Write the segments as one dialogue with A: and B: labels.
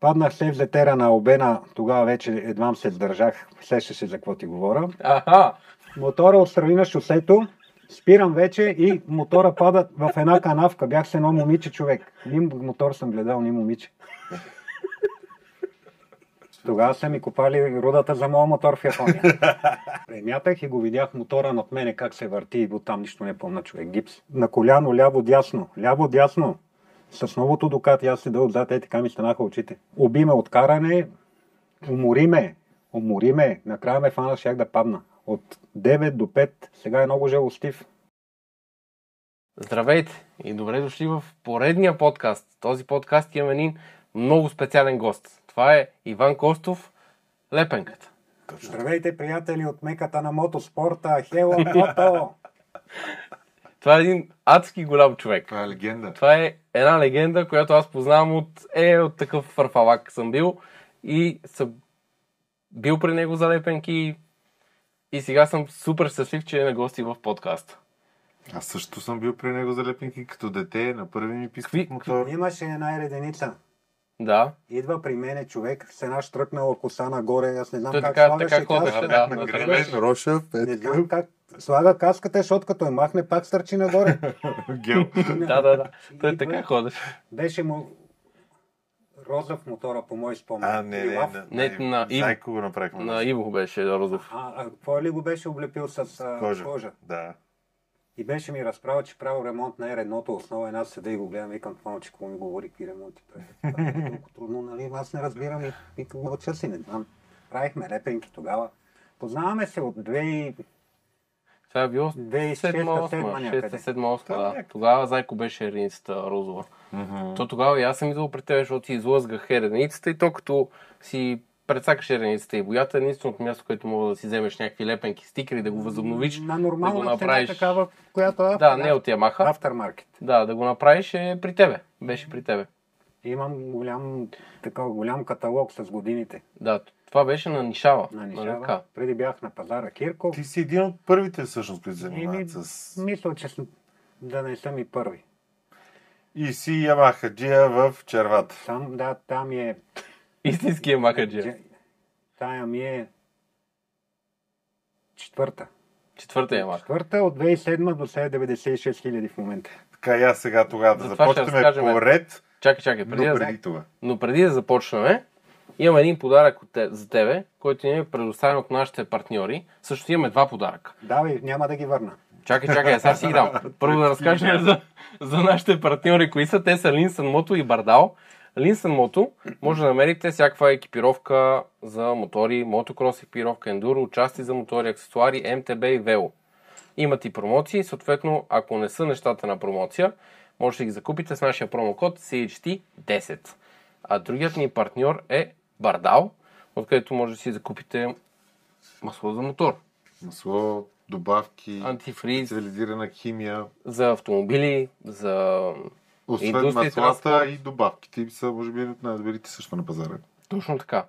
A: Паднах се в летера на обена, тогава вече едвам се сдържах, сеща се за какво ти говоря.
B: Аха!
A: Мотора отстрани на шосето, спирам вече и мотора пада в една канавка. Бях с едно момиче човек. Ни мотор съм гледал, ни момиче. Тогава са ми купали рудата за моя мотор в Япония. Премятах и го видях мотора над мене как се върти и оттам нищо не помна човек. Гипс. На коляно, ляво, дясно. Ляво, дясно. С новото докат и аз седа отзад, е така ми станаха очите. Уби ме от каране, умори ме, умори ме. Накрая ме фана, щях да падна. От 9 до 5, сега е много жалостив.
B: Здравейте и добре дошли в поредния подкаст. Този подкаст имаме един много специален гост. Това е Иван Костов, Лепенката.
A: Здравейте, приятели от меката на мотоспорта, Хело Мото!
B: Това е един адски голям човек.
C: Това е легенда.
B: Това е една легенда, която аз познавам от, е, от такъв фарфалак съм бил и съм бил при него за лепенки и сега съм супер щастлив, че е на гости в подкаста.
C: Аз също съм бил при него за лепенки като дете, на първи ми
B: Какви-
C: писах мотор.
A: Имаше една реденица.
B: Да,
A: Идва при мене човек с една штръкнала коса нагоре, аз не знам
B: той
A: как
B: така,
A: слагаше
B: така
A: каската.
B: ходеше. Да,
C: На
B: да,
C: гребен,
B: да.
C: Роша,
A: Не
C: е
A: знам как слага каската, защото като я махне, пак стърчи нагоре.
C: така, гел.
B: да, да, да. Той
A: Идва.
B: така ходеше.
A: Беше му розов мотора, по мой спомен.
C: А, не, не,
A: Лилав.
C: не.
B: Не, на Иво.
C: Зайко го направихме.
B: На Иво беше Розов.
A: А, а какво ли го беше облепил с а, кожа.
C: Кожа. Да.
A: И беше ми разправил, че правил ремонт на R1, основа е една седа и го гледам, викам, това момче, какво ми говори, какви ремонти прави. Това е Много трудно, нали, аз не разбирам и викам, мълча си, не знам. Правихме лепенки тогава. Познаваме се от 2000
B: Това е било
A: 2006 седма
B: 7-8,
A: някъде. е
B: 6-7-8,
C: Там
B: да.
C: някъде.
B: Тогава Зайко беше Реницата Розова.
C: Мгм.
B: То тогава и аз съм идвал при теб, защото си излъзгах ереницата и то като си прецакаш ереницата и боята, единственото място, където мога да си вземеш някакви лепенки, стикери, да го възобновиш,
A: На
B: да го
A: нормална цена
B: направиш.
A: такава, която е
B: Да, не от Ямаха.
A: Автормаркет.
B: Да, да го направиш е при тебе. Беше при тебе.
A: Имам голям, така, голям каталог с годините
B: Да, това беше на Нишава.
A: на
B: нали така?
A: Нишава. Преди бях на пазара Кирков.
C: Ти си един от първите всъщност, които се
A: Еми,
C: занимават с...
A: мисля, че с- да не съм и първи.
C: И си Ямахаджия в червата.
A: Там, да, там ми е...
B: Истински Ямахаджи.
A: Дже- Значи, Тая ми е четвърта.
B: Четвърта Ямаха.
A: Четвърта от 2007 до сега е 96 хиляди в момента.
C: Така и аз сега тогава да
B: За това ще
C: започнем
B: разкажем.
C: поред,
B: Чакай, чакай,
C: но
B: преди да
C: преди това.
B: Но преди да започнем, имам един подарък от те, за тебе, който ни е предоставен от нашите партньори. Също имаме два подаръка.
A: Давай, няма да ги върна.
B: Чакай, чакай, сега си ги дам. Първо да разкажем за, за нашите партньори, кои са. Те са Линсън Мото и Бардао. Линсън Мото може да намерите всякаква екипировка за мотори, мотокрос екипировка, ендуро, части за мотори, аксесуари, МТБ и вело. Имат и промоции, съответно, ако не са нещата на промоция, може да ги закупите с нашия промокод CHT10. А другият ни партньор е Бардао, откъдето може да си закупите масло за мотор,
C: Масло, добавки,
B: антифриз,
C: специализирана химия.
B: за автомобили, за...
C: Освен
B: Индустрия,
C: маслата
B: транспорт.
C: и добавките са, може би, от най-добрите също на пазара.
B: Точно така.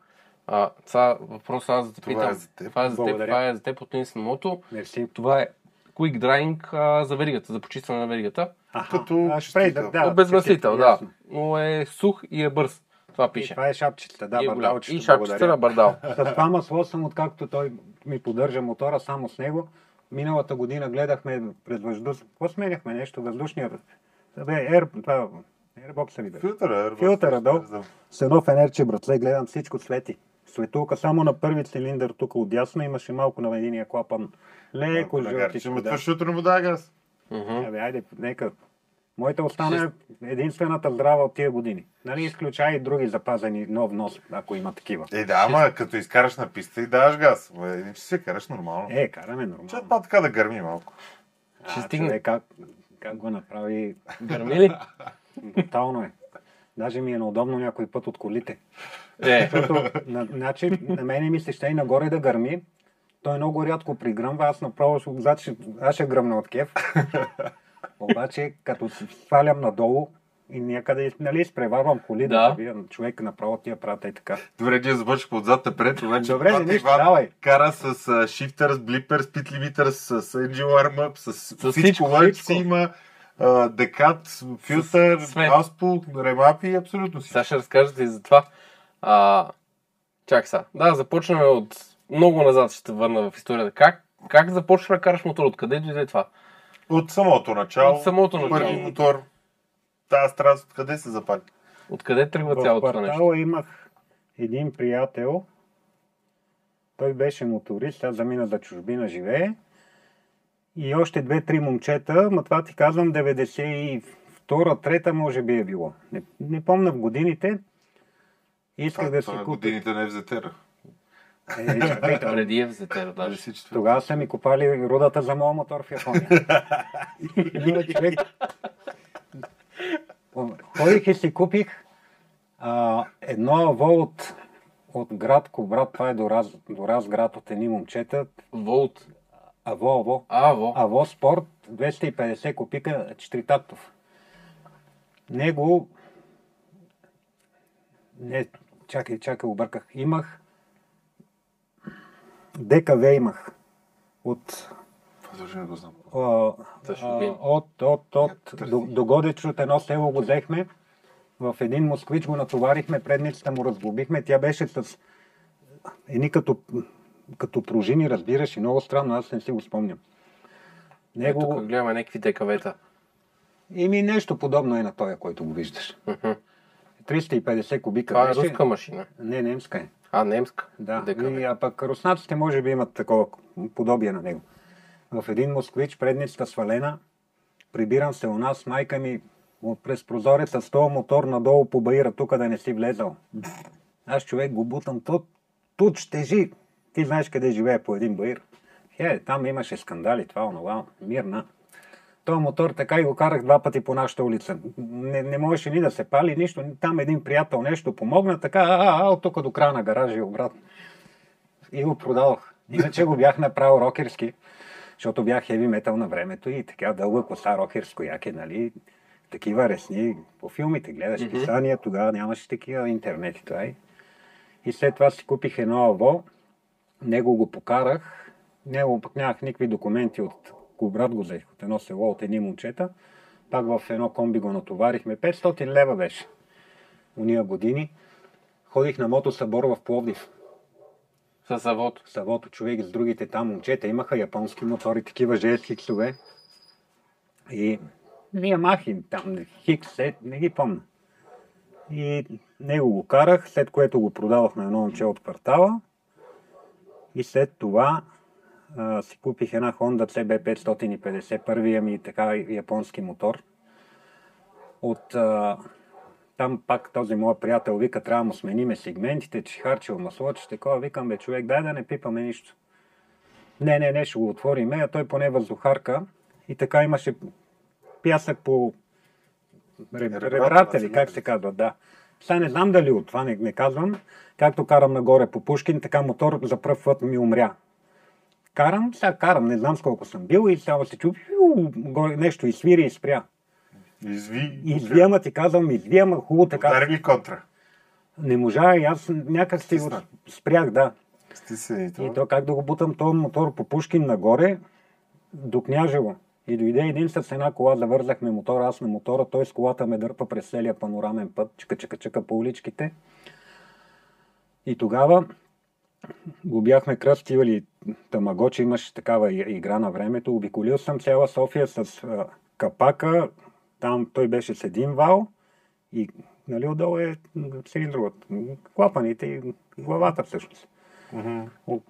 B: А, това въпрос аз да те
C: Това
B: питам.
C: е за теб.
B: Това е за теб,
A: Благодаря.
B: това е за теб от Нинсен Мото.
A: Мерси.
B: Това е Quick Drying а, за веригата, за почистване на веригата.
A: Аха,
C: Като
A: а, шпрейдър,
C: честител.
A: да.
B: Обезмъслител, да.
A: ясно.
B: Но е сух и е бърз. Това
A: И
B: пише.
A: това е шапчета, да,
B: и, е голям.
A: бардалчето,
B: и шапчета на
A: благодаря.
B: бардал.
A: С това масло съм, откакто той ми поддържа мотора само с него. Миналата година гледахме пред въздух. Какво сменяхме нещо? Въздушния. Бе, Air, това, Airbox ли бе?
C: Филтъра, е,
A: Филтъра,
C: разбира
A: да.
C: се, за-
A: С едно фенерче, братле, гледам всичко свети. Светулка само на първи цилиндър тук отдясно имаше малко на единия клапан. Леко
C: Малко нагарче,
A: жълтичко,
C: Ма това
A: да.
C: защото не му дава газ.
B: Мгм.
A: Абе, айде, нека. Моята остана е единствената здрава от тия години. Нали, изключая и други запазени нов нос, ако има такива.
C: Е, да, ама като изкараш на писта и даваш газ. Ма, Е, иначе се караш нормално.
A: Е, караме нормално.
C: Чак па така да гърми малко.
B: Ще
A: А,
B: стигне.
A: човек, Как, как го направи?
B: Гърми ли?
A: Брутално е. Даже ми е неудобно някой път от колите.
B: Е,
A: Защото, на, значи, на мене ми се ще и нагоре да гърми. Той много рядко пригръмва, аз направо ще, отзад ще, аз ще гръмна от кеф. Обаче, като се свалям надолу и някъде, нали, изпреварвам коли, да,
B: Да.
A: да видя, човек направо тия прата и така.
C: Добре, ние започваме отзад напред, обаче
A: Добре,
C: пата
A: нищо,
C: Значи, Иван
A: давай.
C: кара с uh, шифтър, с блипер, с пит лимитър, с Angel Arm Up, с,
B: всичко,
C: всичко, всичко,
B: всичко.
C: си има а, декат, филтър,
B: свет.
C: аспул, ремапи, абсолютно всичко.
B: сега ще разкажете и за това. А, чак сега. Да, започваме от... Много назад ще те върна в историята. Как, как започна да караш мотор? Откъде дойде това?
C: От самото начало.
B: От самото начало.
C: Първи мотор. Тая страст, откъде се запали?
B: Откъде тръгва
A: В
B: цялото това нещо?
A: квартала имах един приятел, той беше моторист, сега замина за чужбина живее. И още две-три момчета, ма това ти казвам 92-3 може би е било. Не, не помня в годините. Исках
C: Това,
A: да си
C: това е
A: купя.
C: годините на ФЗТ-ра.
A: Е, чакай, това-
B: Преди е взетера даже.
C: 94.
A: Тогава са ми купали рудата за моят мотор в Япония. Има човек. Ходих и си купих а, едно аво от, от град Кобрат, това е до, раз, до разград от едни момчета.
B: Волт.
A: Аво, аво.
B: Аво.
A: Аво спорт, 250 копика, 4 тактов. Него... Не, чакай, чакай, обърках. Имах... ДКВ имах. От
C: Това дори не го знам.
A: а,
B: Тъж
A: а,
B: любим.
A: от, от, от
C: търси.
A: до, до Годеч от едно село го взехме. В един москвич го натоварихме, предницата му разглобихме. Тя беше с едни като, като пружини, разбираш, и много странно, аз не си го спомням.
B: Е, тук
A: Него,
B: гледаме някакви декавета.
A: ими нещо подобно е на този, който го виждаш. 350 кубика
B: Това е
A: беше.
B: руска машина.
A: Не, немска е.
B: А, немска.
A: Да,
B: Декавет.
A: и, а пък руснаците може би имат такова подобие на него. В един москвич, предницата свалена, прибирам се у нас, майка ми му- през прозореца с този мотор надолу по баира, тук да не си влезал. Аз човек го бутам, тут, тут ще жи. Ти знаеш къде живее по един баир. Е, там имаше скандали, това, онова, мирна. Той мотор така и го карах два пъти по нашата улица. Не, не можеше ни да се пали нищо. Там един приятел нещо помогна, така, а, а, а от тук до края на гаража и обратно. И го продадох. Иначе го бях направил рокерски, защото бях хеви метал на времето и така дълга коса рокерско яке, нали? Такива ресни по филмите. Гледаш писания, тогава нямаше такива интернети. Това е. И след това си купих едно аво, него го покарах, него пък нямах никакви документи от брат го взех от едно село, от едни момчета. Пак в едно комби го натоварихме. 500 лева беше. Уния години. Ходих на мотосъбор в Пловдив.
B: С авото.
A: Савото човек с другите там момчета имаха японски мотори, такива жест хиксове. И Миямахи там, хикс, е, не ги помня. И него го карах, след което го продавах на едно момче от квартала. И след това а, си купих една Honda CB550, първия ми така японски мотор. От а, там пак този мой приятел вика, трябва да му смениме сегментите, че харчил масло, че такова. Викам, бе, човек, дай да не пипаме нищо. Не, не, не, ще го отвориме, а той поне въздухарка. И така имаше пясък по реб-
C: Ребрата,
A: ребрата ли,
C: цилиндрите.
A: как се казва, да. Сега не знам дали от това не, не казвам. Както карам нагоре по Пушкин, така мотор за първ път ми умря. Карам, сега карам, не знам с колко съм бил и само се чу, «Пиу», горе нещо и свири и спря.
C: Изви.
A: И извиема ти казвам, извиема, хубаво така.
C: Удари ли контра?
A: Не можа и аз някак си го
C: Стисна.
A: спрях, да.
C: Стиси и
A: И
C: това.
A: то как да го бутам този мотор по Пушкин нагоре, до Княжево. И дойде един с една кола, завързахме мотора, аз на мотора, той с колата ме дърпа през целия панорамен път, чека, чека, чека по уличките. И тогава го бяхме кръстивали тамагочи, имаше такава и- игра на времето. Обиколил съм цяла София с а, капака, там той беше с един вал и нали, отдолу е м, цилиндровът, м, клапаните и главата всъщност.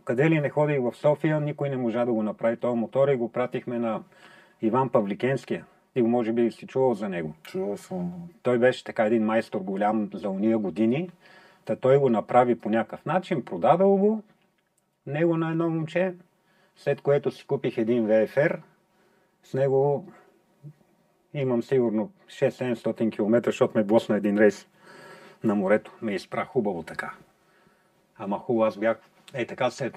A: Къде ли не ходих в София, никой не можа да го направи този мотор и го пратихме на Иван Павликенския. Ти го може би си чувал за него.
C: Чувал съм.
A: Той беше така един майстор голям за уния години. Та той го направи по някакъв начин, продадал го, него на едно момче, след което си купих един VFR. С него имам сигурно 6-700 км, защото ме е блъсна един рейс на морето. Ме изпра хубаво така. Ама хубаво, аз бях... Е, така се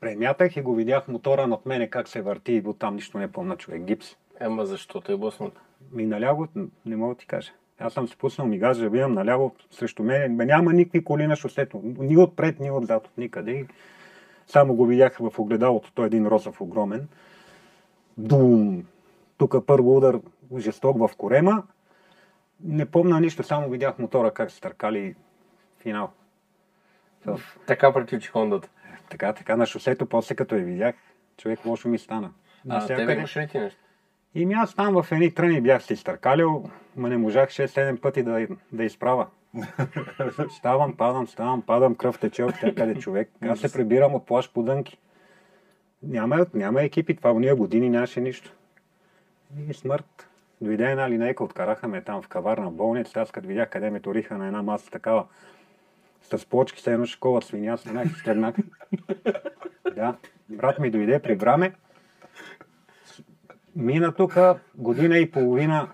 A: премятах и го видях мотора над мене как се върти и там нищо не помна човек. Гипс.
B: Ема защо? Той е блъснат.
A: Ми наляво, не мога да ти кажа. Аз съм си пуснал ми газа, вивам наляво срещу мен. Ме няма никакви коли на шосето. Ни отпред, ни отзад, от никъде. И Само го видях в огледалото. Той е един розов огромен. Дум! Тук е първо удар жесток в корема. Не помна нищо, само видях мотора как се търкали и финал. В...
B: Така приключи Хондата.
A: Така, така, на шосето, после като я видях, човек лошо ми стана.
B: А, те
A: Навсякъде.
B: имаш ли ти нещо?
A: И ми аз там в едни тръни бях се изтъркалял, ма не можах 6-7 пъти да, да изправя. ставам, падам, ставам, падам, кръв тече от всякъде човек. Аз се прибирам от плащ по дънки. Няма, няма екипи, това в уния години нямаше нищо. И смърт. Дойде една линейка, откараха ме там в каварна болница. Аз като видях къде ме ториха на една маса такава, с плочки, с едно школа, свиня, стенах, стегнах. да, брат ми дойде, прибра ме. Мина тук година и половина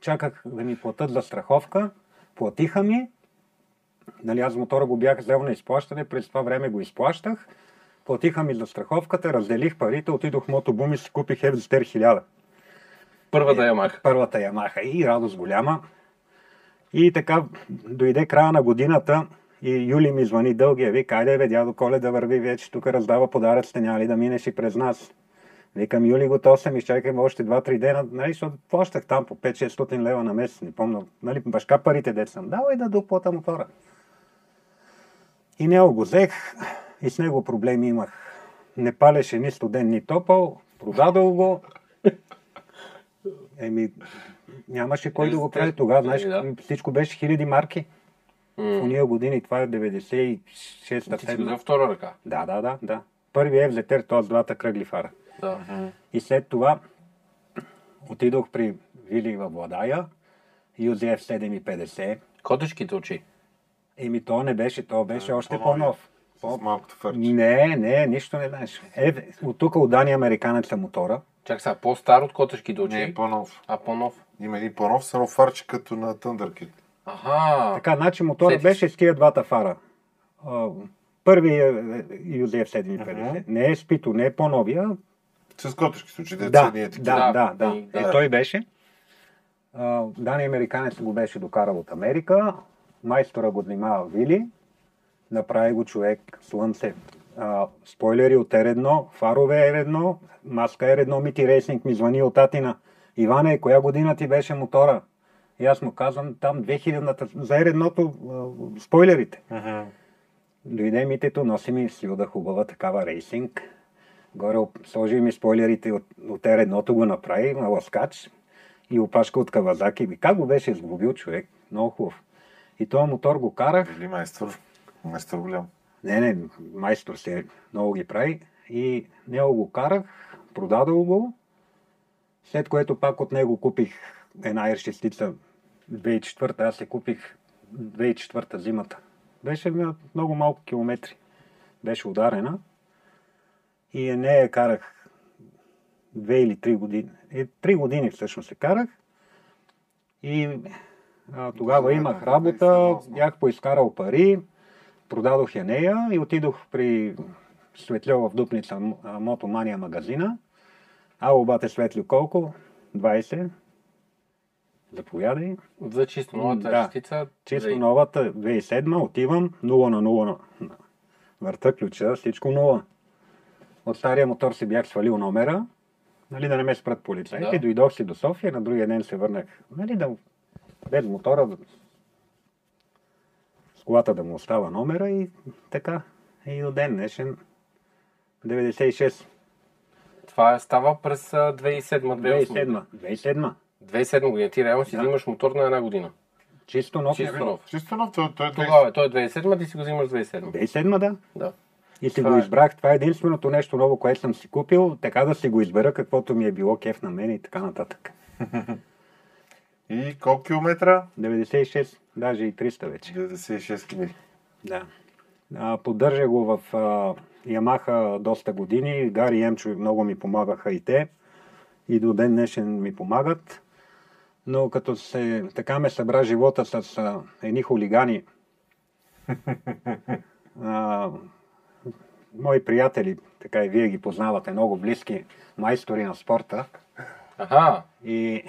A: чаках да ми платят за страховка. Платиха ми. Нали, аз мотора го бях взел на изплащане, през това време го изплащах. Платиха ми за страховката, разделих парите, отидох в мотобум и си купих Евзитер 1000.
B: Първа да я мах.
A: Първата Ямаха и радост голяма. И така дойде края на годината и Юли ми звъни дългия. Вика, айде бе, дядо Коледа върви вече, тук раздава подаръците, няма ли да минеш и през нас? Викам, Юли, готов съм, изчакай ме още 2-3 дена, нали, защото плащах там по 5-600 лева на месец, не помня, нали, башка парите дет съм дал и да доплата мотора. И него го взех и с него проблеми имах. Не палеше ни студен, ни топъл, продадох го. Еми, нямаше кой да го прави тогава, знаеш,
B: Еми, да.
A: всичко беше хиляди марки. В уния години, това е 96-та,
B: Ти си го
A: 7
B: взел втора ръка.
A: Да, да, да, да. Първият е взетер, този с двата кръгли фара.
B: Да.
A: И след това отидох при Вили във Владая, UZF 750.
B: Котешките очи.
A: Еми то не беше, то беше още по-нов.
C: С малкото фърче.
A: Не, не, нищо не знаеш. Е, от тук от Дания американеца мотора.
B: Чак сега, по-стар от котешките очи,
C: Не, е по-нов.
B: а по-нов.
C: Има един по-нов, с едно фарче като на Thunderkid.
B: Аха,
A: Така, значи мотора
B: Сетих
A: беше с тия двата фара. А, Първият е UZF 750. Не е спито, не е по-новия,
C: С котешки случаи, деца
A: Да,
C: ние такива.
A: да, да,
B: Да,
A: да.
B: и-
A: Е,
B: да.
A: той беше. А, Дани Американец го беше докарал от Америка. Майстора го внимава Вили. Направи го човек слънце. А, спойлери от R1, фарове R1, маска R1, Мити Рейсинг ми звъни от Атина. Иване, коя година ти беше мотора? И аз му казвам, там 2000-та, за R1-то, а, спойлерите. Дойде митето, носи ми слюда хубава такава рейсинг. Горе оп- сложи ми спойлерите от, от R1-то го направи, на ласкач и опашка от Кавазаки. Би, как го беше изгубил човек? Много хубав. И този мотор го карах.
C: Или майстор. Майстор голям.
A: Не, не, майстор се много ги прави. И него го карах, продадох го. След което пак от него купих една R6 2004. Аз се купих 2004 зимата. Беше на много малко километри. Беше ударена. И я нея карах две или три години. Е, три години всъщност се карах. И а, тогава
C: Добре,
A: имах
C: да,
A: работа,
C: 2008.
A: бях поизкарал пари, продадох я нея и отидох при Светлева в Дупница м- а, Мотомания магазина. Ало, бате Светлю, колко? 20. Заповядай.
B: за чисто новата
A: Да.
B: частица.
A: Чисто
B: за-
A: новата 2007 отивам 0 на 0 на на- върта ключа, всичко 0. От стария мотор си бях свалил номера, нали, да не ме спрат полицаите.
B: Да.
A: Дойдох си до София, на другия ден се върнах. Нали, да, без мотора, да- с колата да му остава номера и така. И до ден днешен 96.
B: Това е- става през 2007-2008.
A: 2007. 2007.
B: 2007 година. Ти реално си
A: Да.
B: взимаш мотор на една година.
A: Чисто нов.
B: Чисто
A: мотор.
B: нов.
C: Чисто нов, той, той е
B: Тогава е, той е 2007, ти си го взимаш 2007.
A: 2007, да.
B: Да.
A: И си
B: Това
A: го
B: е.
A: избрах. Това е единственото нещо ново, което съм си купил. Така да си го избера, каквото ми е било кеф на мен и така нататък.
C: И колко километра?
A: 96, даже и 300 вече.
C: 96 км.
A: Да. А, поддържа го в а, Ямаха доста години. Гари и Емчо много ми помагаха и те. И до ден днешен ми помагат. Но като се, така ме събра живота с а, едни хулигани, а, мои приятели, така и вие ги познавате, много близки майстори на спорта.
B: Аха,
A: И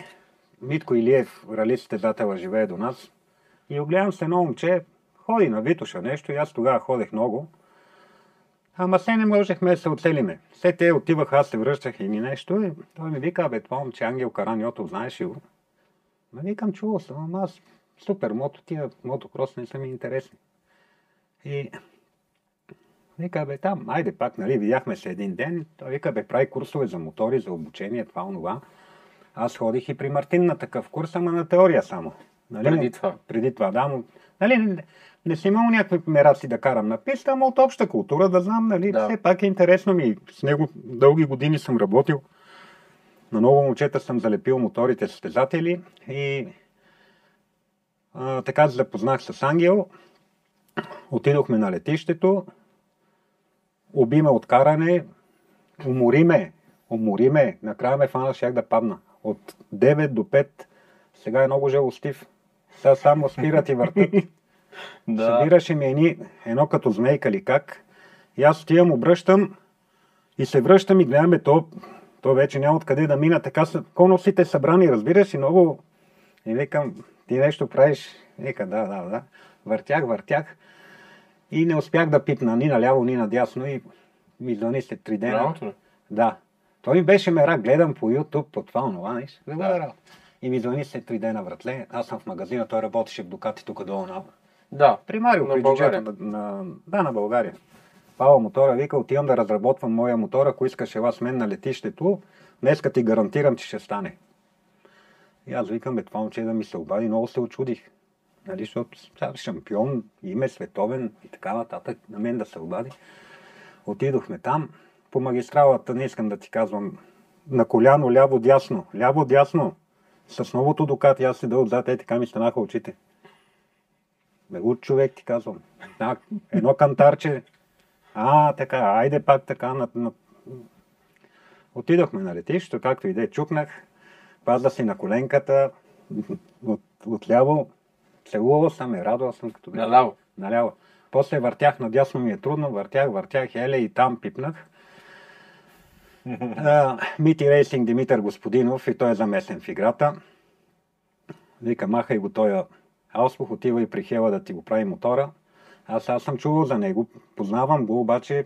A: Митко Илиев, ралист-стезателя, живее до нас. И огледам се едно момче, ходи на Витоша нещо и аз тогава ходех много. Ама се не можехме да се оцелиме. Все те отиваха, аз се връщах и ми нещо. И той ми вика, бе, това момче Ангел Караниотов, знаеш ли го? Ма викам, чувал съм, ама аз супер мото, тия мотокрос не са ми интересни. И Вика, бе, там, айде пак, нали, видяхме се един ден. Той вика, бе, прави курсове за мотори, за обучение, това, онова. Аз ходих и при Мартин на такъв курс, ама на теория само. Нали,
B: Преди
A: му-
B: това.
A: Преди това, да. Му, нали, не, не съм имал някакви мераци да карам на писта, ама от обща култура да знам, нали,
B: Да.
A: да. все пак е интересно ми. С него дълги години съм работил. На много момчета съм залепил моторите състезатели и а, така се запознах с Ангел. Отидохме на летището. Обиме от каране. Умори ме. Умори ме. Накрая ме фана, щях да падна. От 9 до 5. Сега е много жалостив. Сега само спират и въртат.
B: Да.
A: Събираше ми едни, едно като змейка ли как. И аз отивам, обръщам и се връщам и гледаме то, то вече няма откъде да мина. Така са конусите събрани, разбираш, и много... И викам, ти нещо правиш. Вика, да, да, да. Въртях, въртях. И не успях да пипна ни наляво, ни надясно. И ми звъни след три дена.
B: Правото ли?
A: Да. Той ми беше мера, гледам по YouTube, по това, онова, нещо.
B: Да.
A: Да. И ми звъни след три дена, братле. Аз съм в магазина, той работеше в Дукати тук долу на
B: Да.
A: при Марио,
B: На
A: при
B: България.
A: България. На, на, да, на България. Павел Мотора вика, отивам да разработвам моя мотор, ако искаш ела с мен на летището, днеска ти гарантирам, че ще стане. И аз викам, бе, това момче да ми се обади, много се очудих. Нали, защото сега шампион, име световен и така нататък, на мен да се обади. Отидохме там, по магистралата, не искам да ти казвам, на коляно, ляво, дясно, ляво, дясно, с новото докат, аз седа отзад, е така ми станаха очите. Бе, от човек ти казвам. Да, едно кантарче. А, така, айде пак така. На, на... Отидохме на летището, както и да е, чукнах. Пазда си на коленката, от, отляво. Целувал съм и радвал съм като бях.
B: Наляво.
A: Наляво. После въртях, надясно ми е трудно, въртях, въртях, еле и там пипнах. А, Мити Рейсинг Димитър Господинов и той е замесен в играта. Вика, махай го той Ауспух, отива и при Хела да ти го прави мотора. Аз, аз съм чувал за него, познавам го, обаче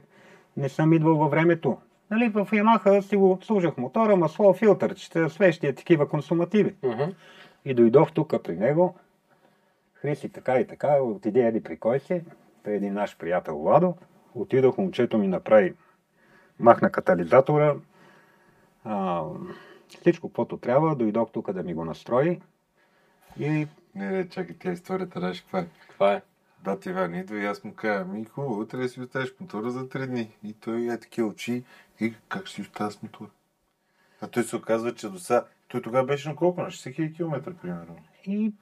A: не съм идвал във времето. Нали, в Ямаха си го служах мотора, масло, филтърчета, свещи, и такива консумативи.
B: Мгм.
A: И дойдох тук при него. Хриси така и така, отиде еди при кой си. При един наш приятел Владо. Отидох, момчето ми направи, махна катализатора, а, всичко, каквото трябва. Дойдох тук да ми го настрои. И
C: Не, не, чакай, тя историята, знаеш каква е.
B: Това е.
C: Бати Вани идва и аз му кажа, ми хубаво, утре си оставиш мотора за три дни. И той е такива очи и как си оставя с мотора? А той се оказва, че до сега... Той тогава беше на колко? На 60 000 км, примерно.
A: И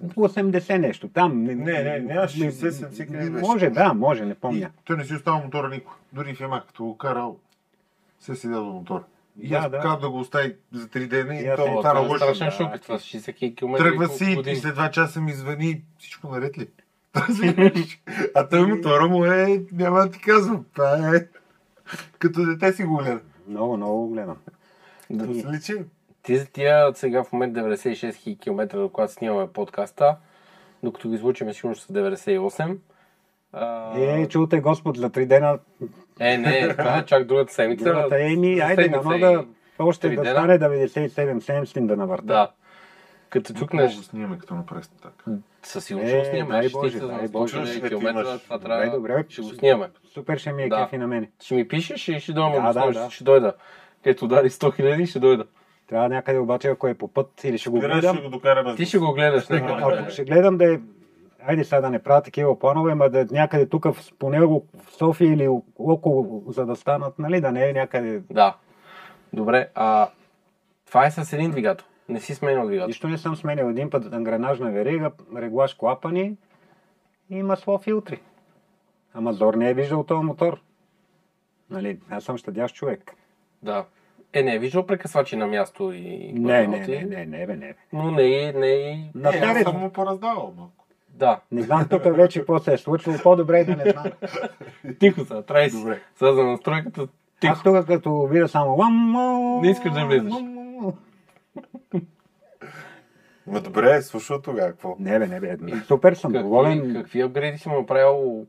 A: 80 нещо там.
C: Не, не, нямаше 60-70 къде беше.
A: Може, да, може, не помня.
C: И той не си оставя мотора никога. Дори в Ямак, като го карал, се седя до мотора. И
A: Да,
C: аз
A: да.
C: да. да го остави за три дена и,
A: И аз
C: той
A: съм
C: му
B: О,
C: стана
B: това е
C: лошо.
B: страшен шок. Това с 60 км.
C: Тръгва си и след два часа ми звъни, всичко наред ли? Аз си кажеш, а той мотора му е, няма да ти казвам, това е като дете си го гледа.
A: Много, много гледам.
C: Да се личи.
B: Ти за тия сега в момент 96 000 км, до когато снимаме подкаста, докато ги излучиме сигурно ще са 98. А,
A: Е, чулте Господ за три дена.
B: е, не, това е чак другата седмица.
A: Другата е ми,
B: За
A: айде,
B: седмица
A: дано
B: и-
A: да още
B: три
A: да
B: дена.
A: стане 97-700 да навърта.
B: Да. Като
C: Много
B: чукнеш,
C: го снимаме като направи така.
B: със сигурност
A: Е,
B: ще снимаме.
A: дай
B: Ще
A: Боже,
B: ти се
A: дай
B: за
A: Боже.
B: 100
C: Ще
B: км,
C: имаш.
B: това трябва.
A: Добре, добре.
B: Ще го снимаме.
A: Супер ще ми е
B: Да.
A: кефи на мене.
B: Ще ми пишеш и ще дойда,
A: Да,
B: да,
A: да,
B: да,
A: да.
B: ще дойда. Ето дари 100 000, ще дойда.
A: Трябва някъде обаче, ако е по път или ще го гледам.
C: го докараме.
B: Ти ще го гледаш. не?
A: А, Ако ще гледам да е... Айде сега да не правя такива планове, ма да е някъде тук в, поне в София или около, за да станат, нали, да не е някъде...
B: Да. Добре, а това е с един двигател. Не си сменял двигател.
A: Нищо не съм сменял. Един път ангранажна верига, реглаж клапани и масло филтри. Ама Зор не е виждал този мотор. Нали, аз съм щадящ човек.
B: Да. Е, не е виждал прекъсвачи на място и...
A: Не, не, не, не, не, бе, не, бе.
B: Но не и... Не, и...
A: На
C: Е,
A: стари-
C: аз съм му пораздавал малко.
B: Да.
A: Не знам тук вече какво се е случило. По-добре е да не знам.
B: Тихо са, трябва си.
C: Добре.
B: Сега за настройката. Тихо.
A: Аз тук като видя само...
B: Не искаш да влизаш.
C: Ма добре, слушал тогава какво?
A: Не бе, не бе. Супер съм,
B: Какви,
A: доволен.
B: какви апгрейди си му направил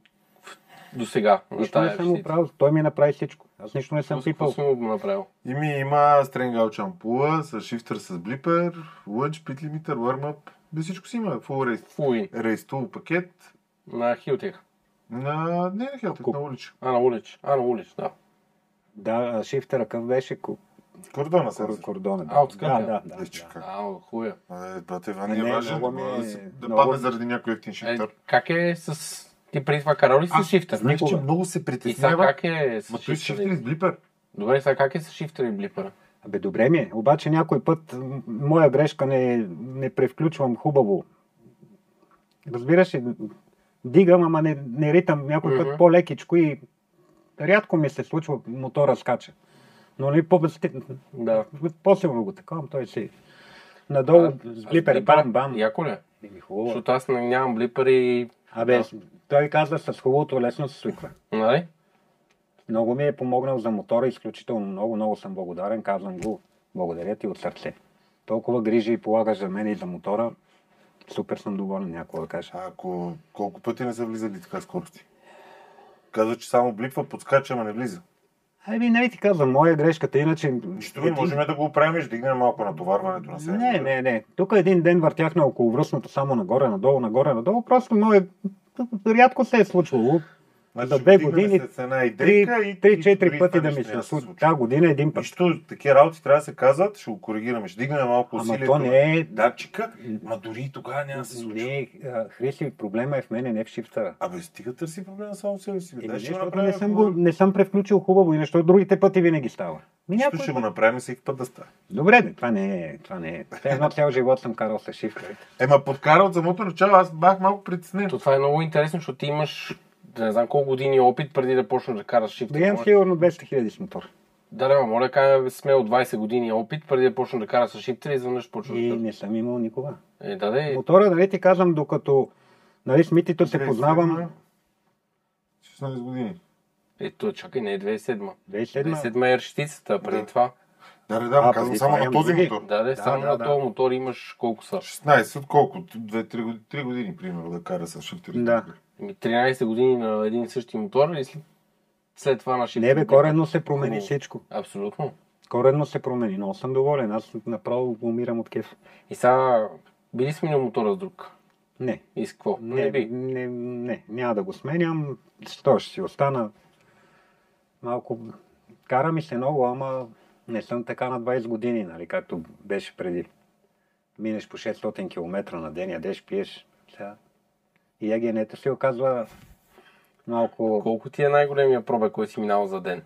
B: до сега? На
A: Нищо не
B: тая
A: съм го
B: вещица?
A: правил. Той ми направи всичко. Аз нищо не съм
B: Какво
A: пипал.
B: си му направил?
C: И ми има стренгал чампула, с шифтер с блипер, лънч, пит лимитър, warm-up. Бе всичко си има. Full race.
B: Фуи.
C: Race tool пакет.
B: На Хилтех.
C: На... Не, не хелтек,
A: Куп.
C: на улича.
B: А, на улич. А, на улич, да.
A: Да, а, шифтера какъв беше? Ку-
C: Кордона се
A: Кор, кордона.
B: А, от
A: да,
B: скъпия.
A: да, да,
C: Е, че
A: да.
C: как?
B: А, хуя.
C: Е, брат, Иван е
A: Не,
C: важен.
A: много ми
C: Да,
A: е-
C: се- да
A: много-
C: падне заради някой ефтин
B: Е,
C: шифтер.
B: как е с... Ти преди това карал ли си
C: Аз
B: шифтер?
C: Знаеш, че
A: никога.
C: много се
B: И сега
C: притеснява.
B: как е с
C: Ма той
B: шифтер?
C: шифтер с блипер.
B: Добре, сега как е с шифтер и блипера?
A: Абе, добре ми е. Обаче някой път м, моя грешка не, не превключвам хубаво. Разбираш ли? Дигам, ама не, не ритам някой път
B: Мгм.
A: по-лекичко и рядко ми се случва мотора скача. Но нали, не по-безститно.
B: Да.
A: По-силно го таковам, той си. Надолу с блипер, бам, бам.
B: Яко ли? е?
A: И ми Хубаво. е.
B: Защото аз не- нямам блипер и...
A: Абе, той казва, с хубавото лесно се свиква.
B: Нали?
A: Много ми е помогнал за мотора, изключително много, много съм благодарен, казвам го, благодаря ти от сърце. Толкова грижи и полагаш за мен и за мотора, супер съм доволен, някой да каже.
C: А Ако колко пъти не са влизали така скорости? Казва, че само бликва, подскача, ама не влиза.
A: Ами, не ти казвам, моя е грешката, иначе...
C: Нищо друго, можем да е. го оправим, ще дигнем малко натоварването на себе.
A: Не, не, не. Тук един ден въртях на околовръстното само нагоре, надолу, нагоре, надолу. Просто мое... Рядко се е случвало.
C: Значи,
A: За две
C: дигнем
A: години,
C: след една идейка и- и преди
A: 3-4 пъти
C: това
A: да ми
C: нищо
A: се
C: няма
A: случи.
C: случи.
A: Та година един път.
C: Нищо, такива работи трябва да се казват, ще го коригираме, ще дигнем малко
A: Ама
C: усилието.
A: то не е-
C: Да, чика, ма дори и тогава няма да се случи.
A: Не, а, Хриси, проблема е в мене, не в шифтера.
C: Абе, стига търси проблема само себе си. бе.
A: Еми,
C: Дай, ще го
A: защото
C: направим.
A: не съм, го, не съм превключил хубаво и нещо другите пъти винаги става. Ми
C: Нищо
A: някой
C: ще
A: път-
C: го направим всеки път да стане.
A: Добре, бе, това не е. Това не е. Все едно цял живот съм карал с шифтер.
C: Ема подкара от самото начало, аз бах малко притеснен.
B: То това е много интересно, защото ти имаш да не знам колко години е опит преди да почнеш да караш
A: Да
B: шифтер.
A: имам
B: Може-
A: сигурно 200 хиляди с мотор.
B: Да, да, моля, да кажем, сме от 20 години е опит преди да почна да караш с шифтер и изведнъж почваш
A: И
B: да...
A: не съм имал никога.
B: Е, да, да, е.
A: Мотора, нали ти казвам, докато нали, с митито се
C: Две
A: познавам.
C: 16 години.
B: Ето, чакай, не е 2007.
A: 2007.
B: 2007 е рщицата, преди
C: Да.
B: това.
C: Да, да, да,
A: А,
C: казвам
A: преди
C: само
A: това
C: на
A: имам
C: този
A: други.
C: мотор.
B: Да, да,
A: Да,
B: само
A: да,
B: на
A: да.
B: този мотор имаш колко са?
C: 16, от колко? 2-3 години, 3 години, примерно, да кара с шифтер.
A: Да.
B: Ами, 13 години на един и същи мотор и след, след това на шифтер.
A: Не бе, коренно се промени
B: Хубаво.
A: всичко.
B: Абсолютно.
A: Коренно се промени, но съм доволен. Аз направо умирам от кеф.
B: И сега, би ли сменил мотора с друг?
A: Не,
B: И с какво? Не,
A: Не,
B: би.
A: не, не, няма да го сменям. Що ще си остана? Малко кара ми се много, ама не съм така на 20 години, нали, както беше преди. Минеш по 600 км на ден, ядеш, пиеш. Сега. И ягенето се оказва малко...
B: Колко ти е най-големия пробег, който си минал за ден?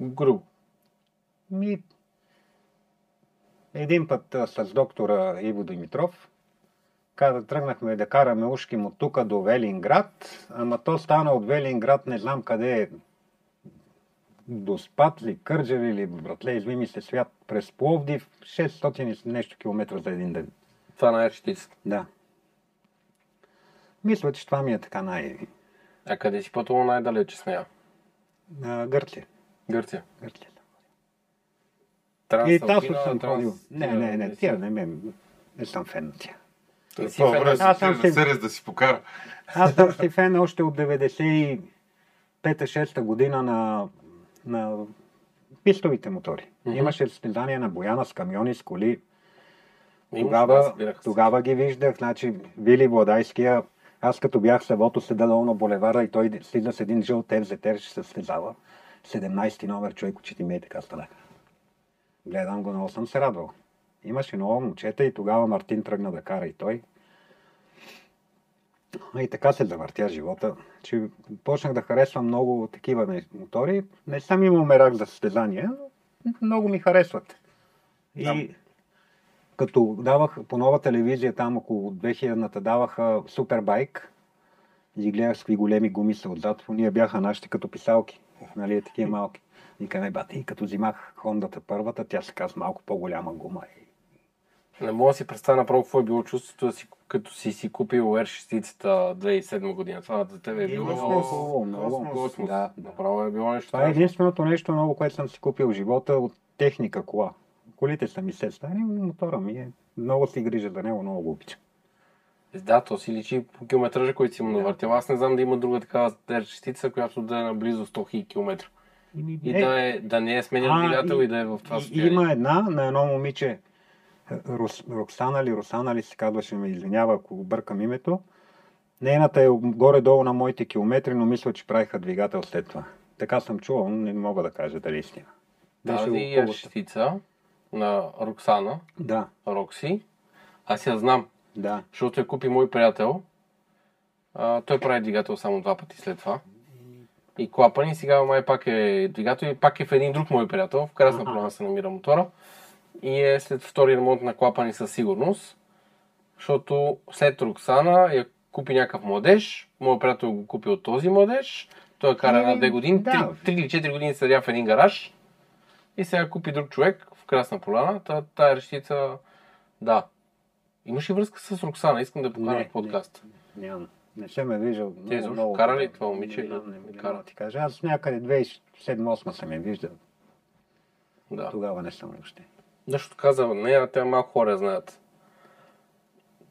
B: Грубо.
A: Ми... Един път а, с доктора Иво Димитров кара, тръгнахме да караме ушки му тук до Велинград, ама то стана от Велинград, не знам къде е, до Спат ли, Кърджали или братле, изми ми се свят през Пловдив, 600 и с нещо километра за един ден.
B: Това е на R40.
A: Да. Мисля, че това ми е така най...
B: А къде си пътувал най-далече с нея?
A: А, Гърция.
B: Гърция.
A: Гърция.
B: Транс,
A: И Тасо Е, съм ходил. Не, не, не, тя не, ме- не съм фен на тя.
B: Ти си
C: Това
B: фен
C: време
B: на-
A: Аз
C: се
A: съм
C: на
A: сигурен.
C: сериз да си покара.
A: Аз съм си фен още от 95-6 година на, на пистовите мотори.
B: Мгм.
A: Имаше състезания на Бояна с камиони, с коли.
B: Имаш, да,
A: Тогава,
B: разбирах се.
A: тогава ги виждах. Значи, Вили Владайския, аз като бях съвото седело на булевара и той слиза с един жълт FZR, ще се състезава. 17 номер човек, очите ми е така станах. Гледам го, много съм се радвал. Имаше много момчета и тогава Мартин тръгна да кара и той. И така се завъртя живота, че почнах да харесвам много такива не- мотори. Не съм имал мерак за състезания, но много ми харесват. И
C: Да.
A: като давах по нова телевизия, там около 2000-та даваха Супербайк, и гледах с какви големи гуми са отзад, ние бяха нашите като писалки, нали, такива малки. И каме, бате, и като взимах Хондата първата, тя се каза малко по-голяма гума. И
B: Не мога да си представя направо какво е било чувството, да си, като си си купил R60-та 2007 година. Това за тебе е
C: И
B: било...
C: космос.
A: Много, много.
B: Космос.
A: Да, да.
B: Направо е било нещо.
A: Това е
B: страшно.
A: единственото нещо ново, което съм си купил в живота от техника кола. Колите са ми се стани, но мотора ми е. Много си грижа за него, много го обичам.
B: Да, то си личи по километража, който си му навъртял. Аз не знам да има друга такава R60-ца, която да е на близо 100 000 км. И
A: Е,
B: да, е, да не е сменен
A: А,
B: двигател и,
A: и-
B: да е в това
A: И-
B: състояние.
A: Има една на едно момиче, Рус, Роксана ли, Русана ли се казваше, ме извинява, ако бъркам името. Нейната е горе-долу на моите километри, но мисля, че правиха двигател след това. Така съм чувал, но не мога да кажа дали е истина. Беше го
B: Тази
A: хубаво.
B: ящица на Роксана,
A: Да,
B: Рокси, аз я знам,
A: да.
B: защото я купи мой приятел. А, той прави двигател само два пъти след това. И клапани, и сега май пак е двигател и пак е в един друг мой приятел. В Красна плана се намира мотора. И е след втори ремонт на клапани със сигурност. Защото след Роксана я купи някакъв младеж. Моят приятел го купи от този младеж. Той я кара
A: Ами,
B: една-две години.
A: да.
B: Три, три или четири години седя в един гараж. И сега купи друг човек в Красна поляна. Та, тая рещица, да. Имаш ли връзка с Роксана? Искам да покана
A: Не,
B: в подкаст.
A: Нямам. Не съм я виждал.
B: Те
A: Много,
B: изобщо
A: много.
B: кара ли това момиче
A: Не,
B: или
A: не, не,
B: не
A: мога
B: кара?
A: да ти кажа. Аз някъде 2007-2008 съм я виждал.
B: Да.
A: Тогава не съм въобще.
B: Нещо каза нея, тя малко хора я знаят.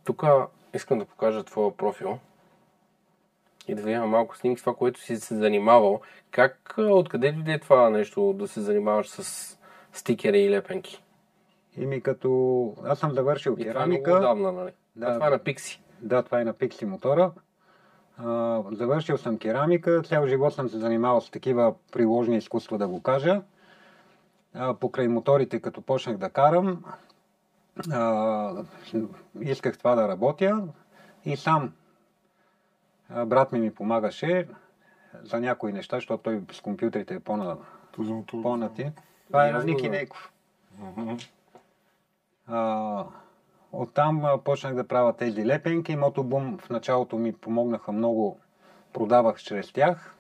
B: Тук искам да покажа твоя профил и да видим малко снимки с това, което си се занимавал. Как, а, откъде дойде това нещо да се занимаваш с стикери и лепенки?
A: Ими като... Аз съм завършил
B: И това е много
A: керамика.
B: отдавна, нали?
A: Да.
B: А това е на Пикси.
A: Да, това е на Pixi мотора. А, завършил съм керамика, цял живот съм се занимавал с такива приложни изкуства, да го кажа. А, покрай моторите, като почнах да карам, а, исках това да работя и сам а, брат ми ми помагаше за някои неща, защото той с компютрите е по-на,
C: Този мотор.
A: по-нати. Това е на
B: Ясно,
A: Ники
B: да.
A: Нейков.
C: Мгм.
A: А, оттам а, почнах да правя тези лепенки. Мотобум в началото ми помогнаха много. Продавах чрез тях.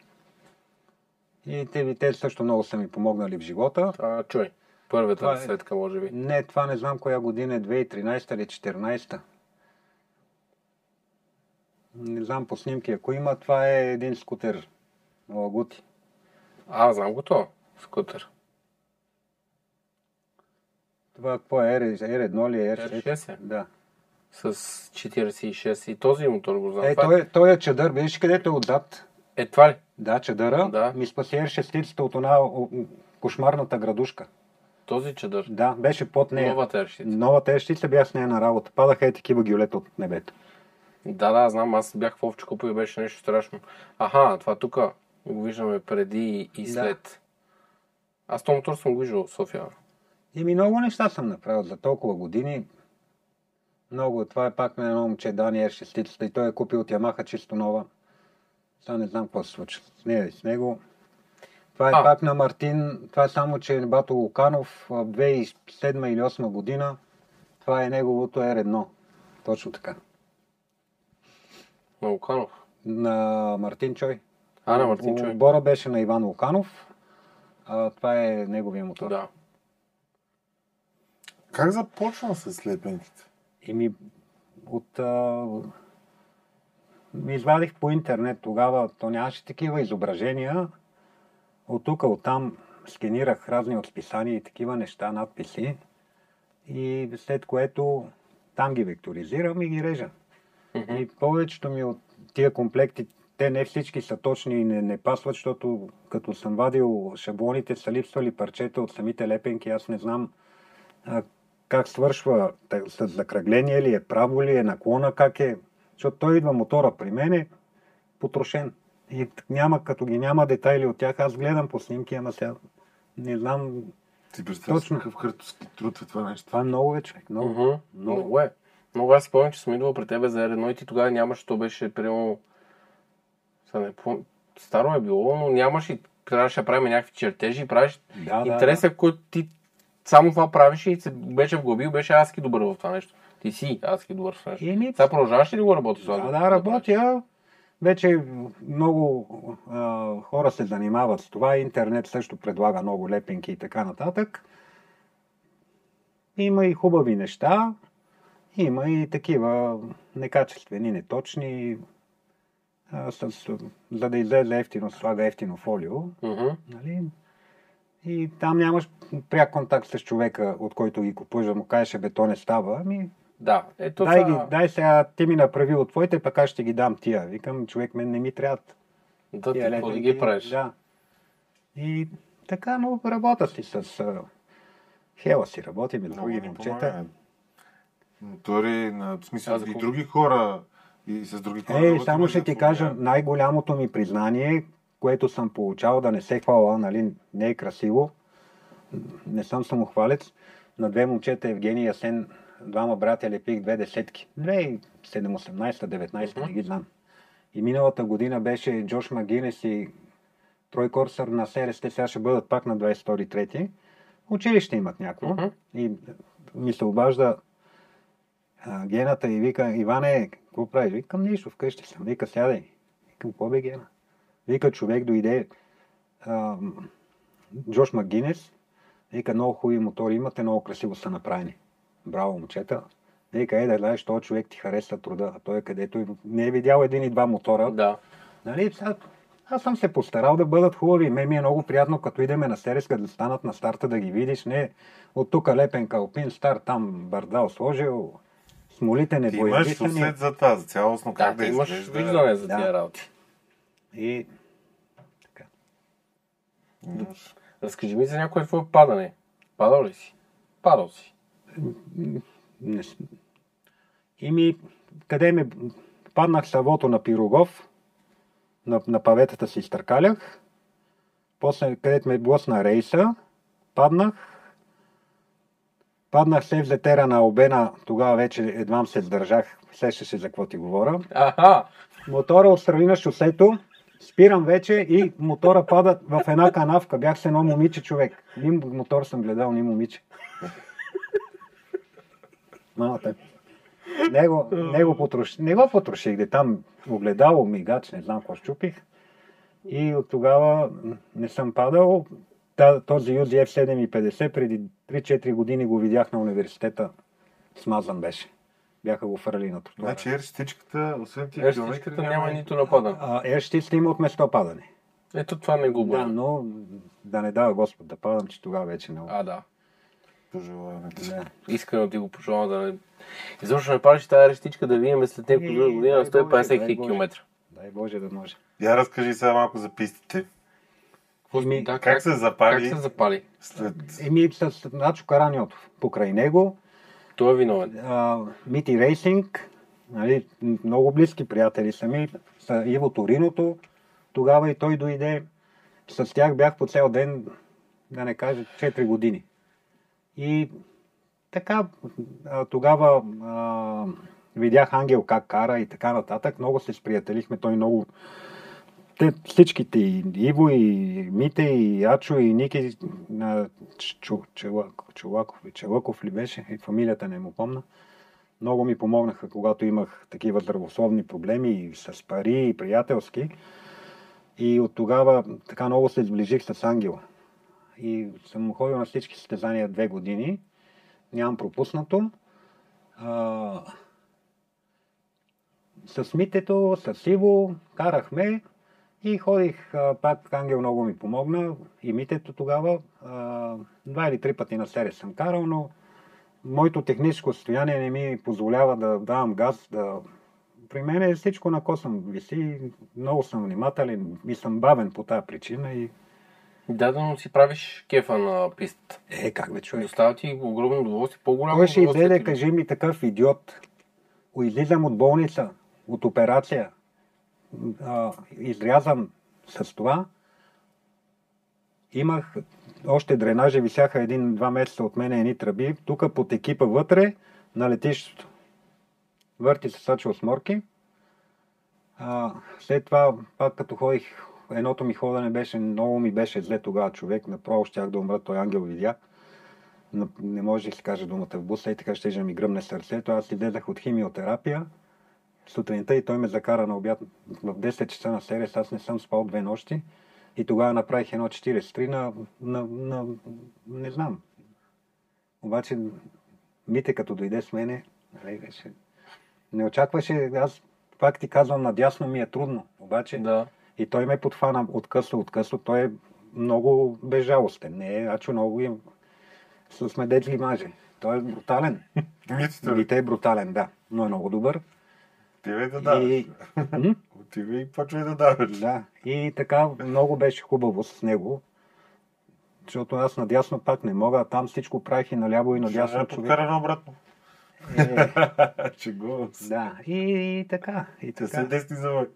A: И те, те също много са ми помогнали в живота.
B: А, чуй, първата
A: Това е-
B: разсветка, може би.
A: Не, това не знам коя година е, 2013 или 2014. Не знам по снимки. Ако има, това е един скутер. Лагути.
B: А, знам го то. Скутер.
A: Това какво е? R- R1 ли е?
B: R6 е.
A: Да.
B: С 46 и този мотор го знам.
A: Е,
B: това
A: той, е- той е чадър. Виж където е отзад.
B: е, това ли?
A: Да, чадъра
B: Да.
A: ми спаси R6 от една о- о- кошмарната градушка.
B: Този чадър.
A: Да, беше под нея.
B: Новата ерщица.
A: Новата R6 бях с нея на работа. Падаха е такива гюлета от небето.
B: Да, да, знам, аз бях в овче купа и беше нещо страшно. Аха, това тук го виждаме преди и
A: Да.
B: след. Аз този мотор съм го виждал в София.
A: Еми много неща съм направил за толкова години. Много. Това е пак на едно момче, Дани R6 и той е купил от Ямаха чисто нова. Сега не знам какво се случва с нея и с него. Това е
B: А.
A: пак на Мартин. Това е само, че е Бато Луканов а, 2007 или 2008 година. Това е неговото R1. Точно така.
B: На Луканов.
A: на Мартин Чой.
B: А, на Мартин Чой.
A: Отбора беше на Иван Луканов. А, това е неговия мотор.
B: Да.
C: Как започна с лепенките?
A: И ми от... А, ми извадих по интернет тогава, то нямаше такива изображения. От тук, от там скенирах разни отписания и такива неща, надписи. И след което там ги векторизирам и ги режа. И повечето ми от тия комплекти, те не всички са точни и не, не пасват, защото като съм вадил шаблоните, са липсвали парчета от самите лепенки. Аз не знам а, как свършва, та- с закръгление ли е, право ли е, наклона как е. Защото той идва мотора при мене, потрошен. И т- няма, като ги няма детайли от тях, аз гледам по снимки, ама сега не знам.
C: Ти представяш
A: Точно.
C: какъв хартовски труд е това нещо.
A: Това е много вече. Много.
B: Мгм.
A: Много.
B: Много е. Много аз си спомням, че съм идвал при тебе за едно и ти тогава нямаше, то беше примерно... Сега не пом- Старо е било, но нямаше и трябваше да правим някакви чертежи и правиш
A: Да, да,
B: интересен, който ти само това правиш и се беше вглобил, беше адски добър в това нещо. Ти си адски добър в това нещо.
A: Еми,
B: Сега продължаваш ли да го работиш? това?
A: Да, да, работя. Вече много а, хора се занимават с това. Интернет също предлага много лепенки и така нататък. Има и хубави неща. Има и такива некачествени, неточни. А, с, с- за да излезе ефтино, слага ефтино фолио.
B: Мгм.
A: Нали? И там нямаш пряк контакт с човека, от който ги купуваш, да му кажеш, бе, то не става. Ами,
B: Да, ето
A: дай,
B: това...
A: ги, дай сега, ти ми направи от твоите, пък аз ще ги дам тия. Викам, човек, мен не ми трябват.
B: Да, ти
A: тия
B: какво да
A: лепенки.
B: ги правиш?
A: Да. И така, но работя си с... а, Хела си работим и
C: Много
A: други
C: ни
A: момчета.
C: помага. Мотори, е на в смисъл
B: Аз за
C: и
B: кол-
C: други хора И с други хора.
A: Е,
C: работи,
A: само
C: без
A: ще
C: да
A: ти
C: спомня.
A: кажа най-голямото ми признание, което съм получавал, да не се хвала, нали, не е красиво. Не съм самохвалец. На две момчета, Евгений и Асен, двама братя, лепих две десетки. 2017-19, не ги знам. И миналата година беше Джош Магинес и Трой Корсър на Серес, те сега ще бъдат пак на 22-3. Училище имат някакво.
B: Мгм.
A: И ми се обажда а, гената и вика, Иване, какво правиш? Викам нищо, вкъщи съм. Вика, сядай. Викам, какво бе гена? Вика, човек дойде а, Джош Магинес. Вика, много хубави мотори имате, много красиво са направени. Браво, момчета. Вика, е да знаеш, този човек ти харесва труда, а той е където и не е видял един и два мотора.
B: Да.
A: Нали, сега, аз съм се постарал да бъдат хубави. Ме ми е много приятно, като идеме на Сереска, да станат на старта да ги видиш. Не от тук лепен калпин, стар там бардал сложил, смолите не
C: Ти имаш
A: боядисани.
C: сусед за тази, цялостно
B: Да,
C: как да,
B: ти имаш
C: изглежда.
B: виждане за
A: Да.
B: тия работи.
A: И
C: Имаш.
B: Разкажи ми за някое твое падане. Падал ли си? Падал си.
A: не... с- И ми, къде ме... Паднах савото на Пирогов, на, на паветата си изтъркалях. После, където ме блъсна рейса, паднах. Паднах се в зетера на обена, тогава вече едвам се сдържах, сещаше за какво ти говоря.
B: Аха!
A: Мотора отстрани на шосето, спирам вече и мотора пада в една канавка. Бях с едно момиче човек. Ни мотор съм гледал, ни момиче. Малата. Него, него потрош... Не го потроших, де там огледало, мигач, не знам какво щупих. И от тогава не съм падал. Та- Този Юзи F750 преди 3-4 години го видях на университета. Смазан беше. Бяха го фърли на тротуара.
C: Значи ерстичката, освен ти
B: Естичката няма нито нападане.
A: А, Ер ще снима от место падане.
B: Ето това не го
A: Да,
B: боя.
A: но да не дава Господ да падам, че тогава вече не.
B: А, да.
C: пожелаваме.
A: Да.
B: Искрено ти го пожелавам да не... Изобщо не падаш тази рещичка да видим след няколко
A: Е,
B: друга година на
A: дай Боже,
B: 150
A: дай
B: хиляди
A: Боже.
B: километра.
A: Дай Боже да може.
C: Я разкажи сега малко за пистите.
A: Ми,
B: Да,
C: Как се
B: как
C: запали
B: се запали?
C: след...
A: Еми с Начо Караниотов. Покрай него,
B: Той е виновен.
A: а, Мити Рейсинг, нали, много близки приятели сами, са Иво Ториното, тогава и той дойде. С тях бях по цял ден, да не кажа, 4 години. И така, а, тогава а, видях Ангел как кара и така нататък. Много се сприятелихме, той много... Те всичките, и Иво, и Мите, и Ачо, и Ники, на Чу, Чулаков, Чулаков, ли- Челъков ли беше, и фамилията не му помна. Много ми помогнаха, когато имах такива здравословни проблеми и с пари, и приятелски. И от тогава така много се сближих с Ангела. И съм ходил на всички състезания две години. Нямам пропуснато. А, с Митето, с Иво, карахме и ходих, а, пак Ангел много ми помогна и Митето тогава. А, два или три пъти на серия съм карал, но моето техническо състояние не ми позволява да давам газ, да... При мен е всичко на косъм виси, много съм внимателен и съм бавен по тази причина и...
B: Да, да, но си правиш кефа на пистата.
A: Е, как бе човек?
B: Доставя ти огромно удоволствие, по-голямо
A: Кой ще
B: удоволствие.
A: излезе,
B: ти-
A: кажи ми такъв идиот. О, Излизам от болница, от операция, а, изрязан с това. Имах още дренажи, висяха един-два месеца от мене едни тръби. Тук под екипа вътре на летището. Върти се сача осморки. А, след това, пак като ходих, едното ми ходене беше, много ми беше зле тогава човек. Направо щях да умра, той ангел видя. Но не може да си кажа думата в буса и така ще да ми гръмне сърцето. Аз излезах от химиотерапия сутринта и той ме закара на обяд в 10 часа на сервис. Аз не съм спал две нощи и тогава направих едно 43 на, на, на не знам. Обаче Мите като дойде с мене, нали, беше, не очакваше, аз пак ти казвам, надясно ми е трудно. Обаче
B: Да.
A: и той ме подхвана откъсно, откъсно. Той е много безжалостен. Не е, ачо много им с медецки маже. Той е брутален.
C: Митите ли?
A: Мите е брутален, да. Но е много добър.
C: Отивай да даваш.
A: И- М?
C: Отивай и почвай Е, да даваш.
A: Да. И така много беше хубаво с него. Защото аз надясно пак не мога. а Там всичко правих и наляво и
C: Ще
A: надясно
C: не
A: човек.
C: покара на обратно.
A: Е,
C: Чего?
A: да, и, и така. И
C: Те са
A: така.
C: десни завой.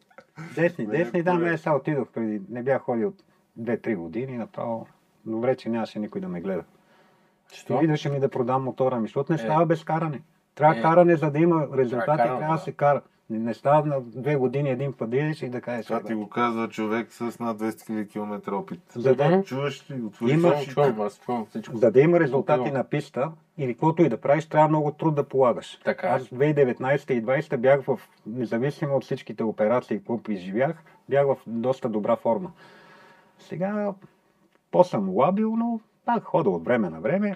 A: Десни,
C: Добре,
A: десни, да,
C: добре.
A: не, сега отидох преди, не бях ходил 2-3 години, направо. Добре, че нямаше никой да ме гледа. Ти
B: Що?
A: видеше ми да продам мотора ми, защото не
B: Е.
A: става без каране. Трябва
B: Е.
A: каране, за да има резултати,
B: карано,
A: трябва да
B: да.
A: се кара. Не, не става на две години един път да идеш и да кажеш.
C: Това
A: «Абе,
C: ти го казва човек с над 200 000 км опит.
A: За да,
C: Чуваш ли? Отвориш
A: Има-
C: ли?
B: Чувам вас, чувам всичко.
A: за да има резултати
B: Отивам.
A: на писта или каквото и да правиш, трябва много труд да полагаш.
B: Така е.
A: Аз 2019 и 2020 бях в, независимо от всичките операции, които изживях, бях в доста добра форма. Сега по-съм лабил, но пак хода от време на време.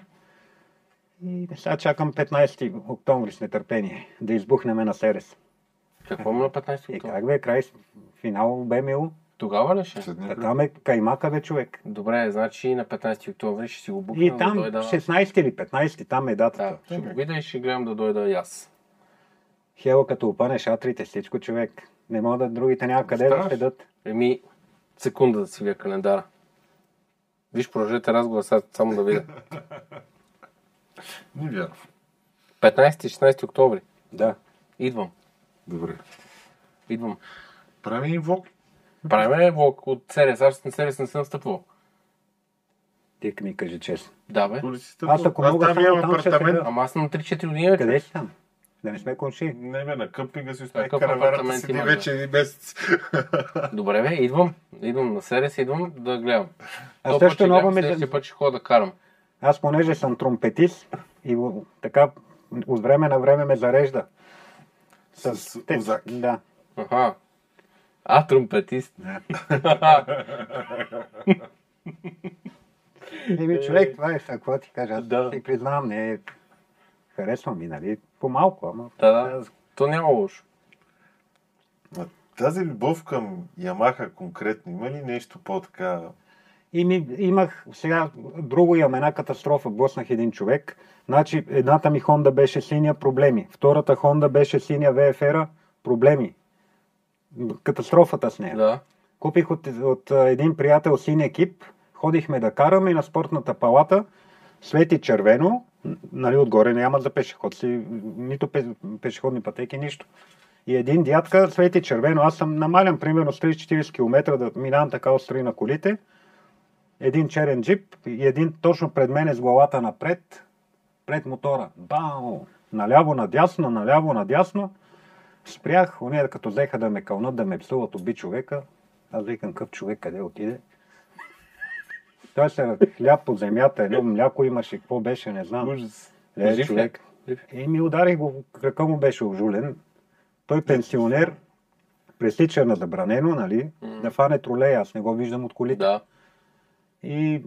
A: И сега чакам 15 октомври с нетърпение да избухнеме на Серес.
B: Какво има на 15
A: И
B: октомври?
A: Е, как бе, край с- финал БМУ.
B: Тогава ли ще?
C: Седни
A: Та
C: при-
A: Там е каймака бе човек.
B: Добре, значи на 15 октомври ще си го букна
A: И там
B: да дойда.
A: 16 или 15, там е датата.
B: Да, ще го видя и ще гледам да дойда и аз.
A: Хело, като опънеш атрите, всичко човек. Не мога да другите няма къде да
C: Ставаш?
A: седат.
B: Еми, секунда да си видя календара. Виж, продължете разговора сега, само да видя.
C: Не вярвам.
B: 15-16 октомври.
A: Да.
B: Идвам.
C: Добре.
B: Идвам.
C: Прави инвок.
B: Правиме влог от Серес. Аз на Серес не съм стъпвал.
A: Ти е ми кажи честно.
B: Да, бе.
C: Коли си
A: Аз ако мога
C: там
A: само
C: имам
A: там ще
C: апартамент.
A: седя.
B: Ама аз съм на 3-4 години. бе, човек.
A: Е, Къде си там? Да не сме конши.
C: Не бе, на къмпинга си оставих
B: Такъв
C: караварата
B: апартамент
C: си
B: има,
C: вече един месец.
B: Добре, бе, идвам. Идвам на Серес, идвам да гледам.
A: Аз
B: То път
A: също
B: ще
A: много
B: гледам,
A: ме...
B: Следващия път ще ходя да карам.
A: Аз понеже съм тромпетист и го- така от време на време ме зарежда.
C: С
A: те-
C: узак.
A: Да.
B: Аха. А, тромпетист.
A: Еми, човек, това е, сега, какво ти кажа, аз
B: Да.
A: си признавам, не е... Харесва ми, нали? По-малко, ама...
B: Да, да. То няма лошо.
C: Ма Тази любов към Ямаха конкретно, има ли нещо по-така?
A: И ми, имах сега, друго имам една катастрофа, блъснах един човек. Значи, едната ми Хонда беше синя, проблеми. Втората Хонда беше синя VFR, проблеми. Катастрофата с нея.
B: Да.
A: Купих от, от а, един приятел син екип, ходихме да караме на спортната палата, свети червено, н- нали, отгоре няма за пешеходци, нито пе- пешеходни пътеки, нищо. И един дядка свети червено, аз съм намалям примерно с 30-40 км да минавам така остри на колите, един черен джип и един точно пред мен е с главата напред, пред мотора. Бау! Наляво, надясно, наляво, надясно. Спрях, уния като взеха да ме кълнат, да ме псуват, уби човека. Аз викам, къв човек къде отиде? Той се разхля по земята, едно мляко имаше, какво беше, не знам.
B: Ужас.
A: Ле,
B: Жив ли?
A: човек.
B: Жив.
A: И ми ударих го, крака му беше ожулен. Той пенсионер, пресича на забранено, нали? Да фане тролея, аз не го виждам от колите.
B: Да.
A: И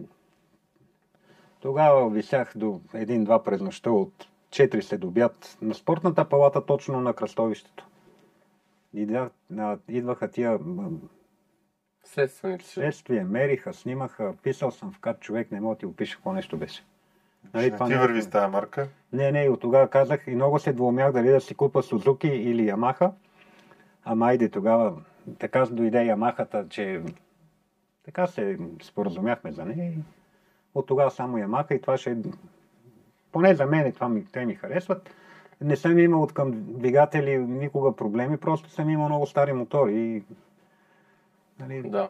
A: тогава висях до един-два през нощта от 4 след обяд на спортната палата, точно на кръстовището. Идя, а, идваха тия м,
B: Следствените ще.
A: следствия, мериха, снимаха, писал съм в кат човек, не мога да ти опиша какво нещо беше. Нали,
C: Ще не
A: това
C: Значи, ти
A: не е-
C: върви с тази марка.
A: не, не, и от тогава казах и много се двумях дали да си купа Сузуки или Ямаха. Ама айде тогава, така дойде Ямахата, че така се споразумяхме за нея. и От тогава само Ямаха и това ще... е- Поне за мен това ми, те ми харесват. Не съм имал от към двигатели никога проблеми, просто съм имал много стари мотори. И, нали,
B: Да.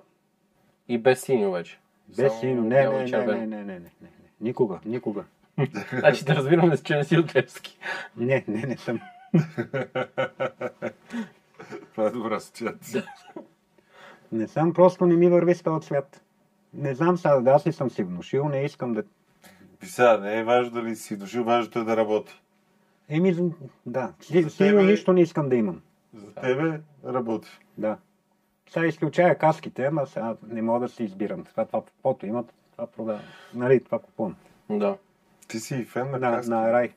B: И без синьо вече.
A: без
B: Само
A: сино. Не,
B: бяло и
A: не, не, не,
B: червено.
A: не, не, не, не, не. Никога, никога.
B: Значи да разбираме, че не си от Левски.
A: Не, не, не съм.
C: Това е добра асоциация.
A: Не знам, просто не ми върви с този цвят. Не знам сега, да, аз ли съм си внушил, не искам да...
C: Писа, не е важно дали си дошъл, важното е да работи.
A: Еми, з- да, си,
C: За
A: силно
C: тебе-
A: нищо не искам да имам.
C: За тебе работи.
A: Да. Сега изключая каските, ама сега не мога да си избирам. Това, това пото имат, това продавам. Нали, това купувам.
B: Да.
C: Ти си и фен на
A: На,
C: каски.
A: на Рай.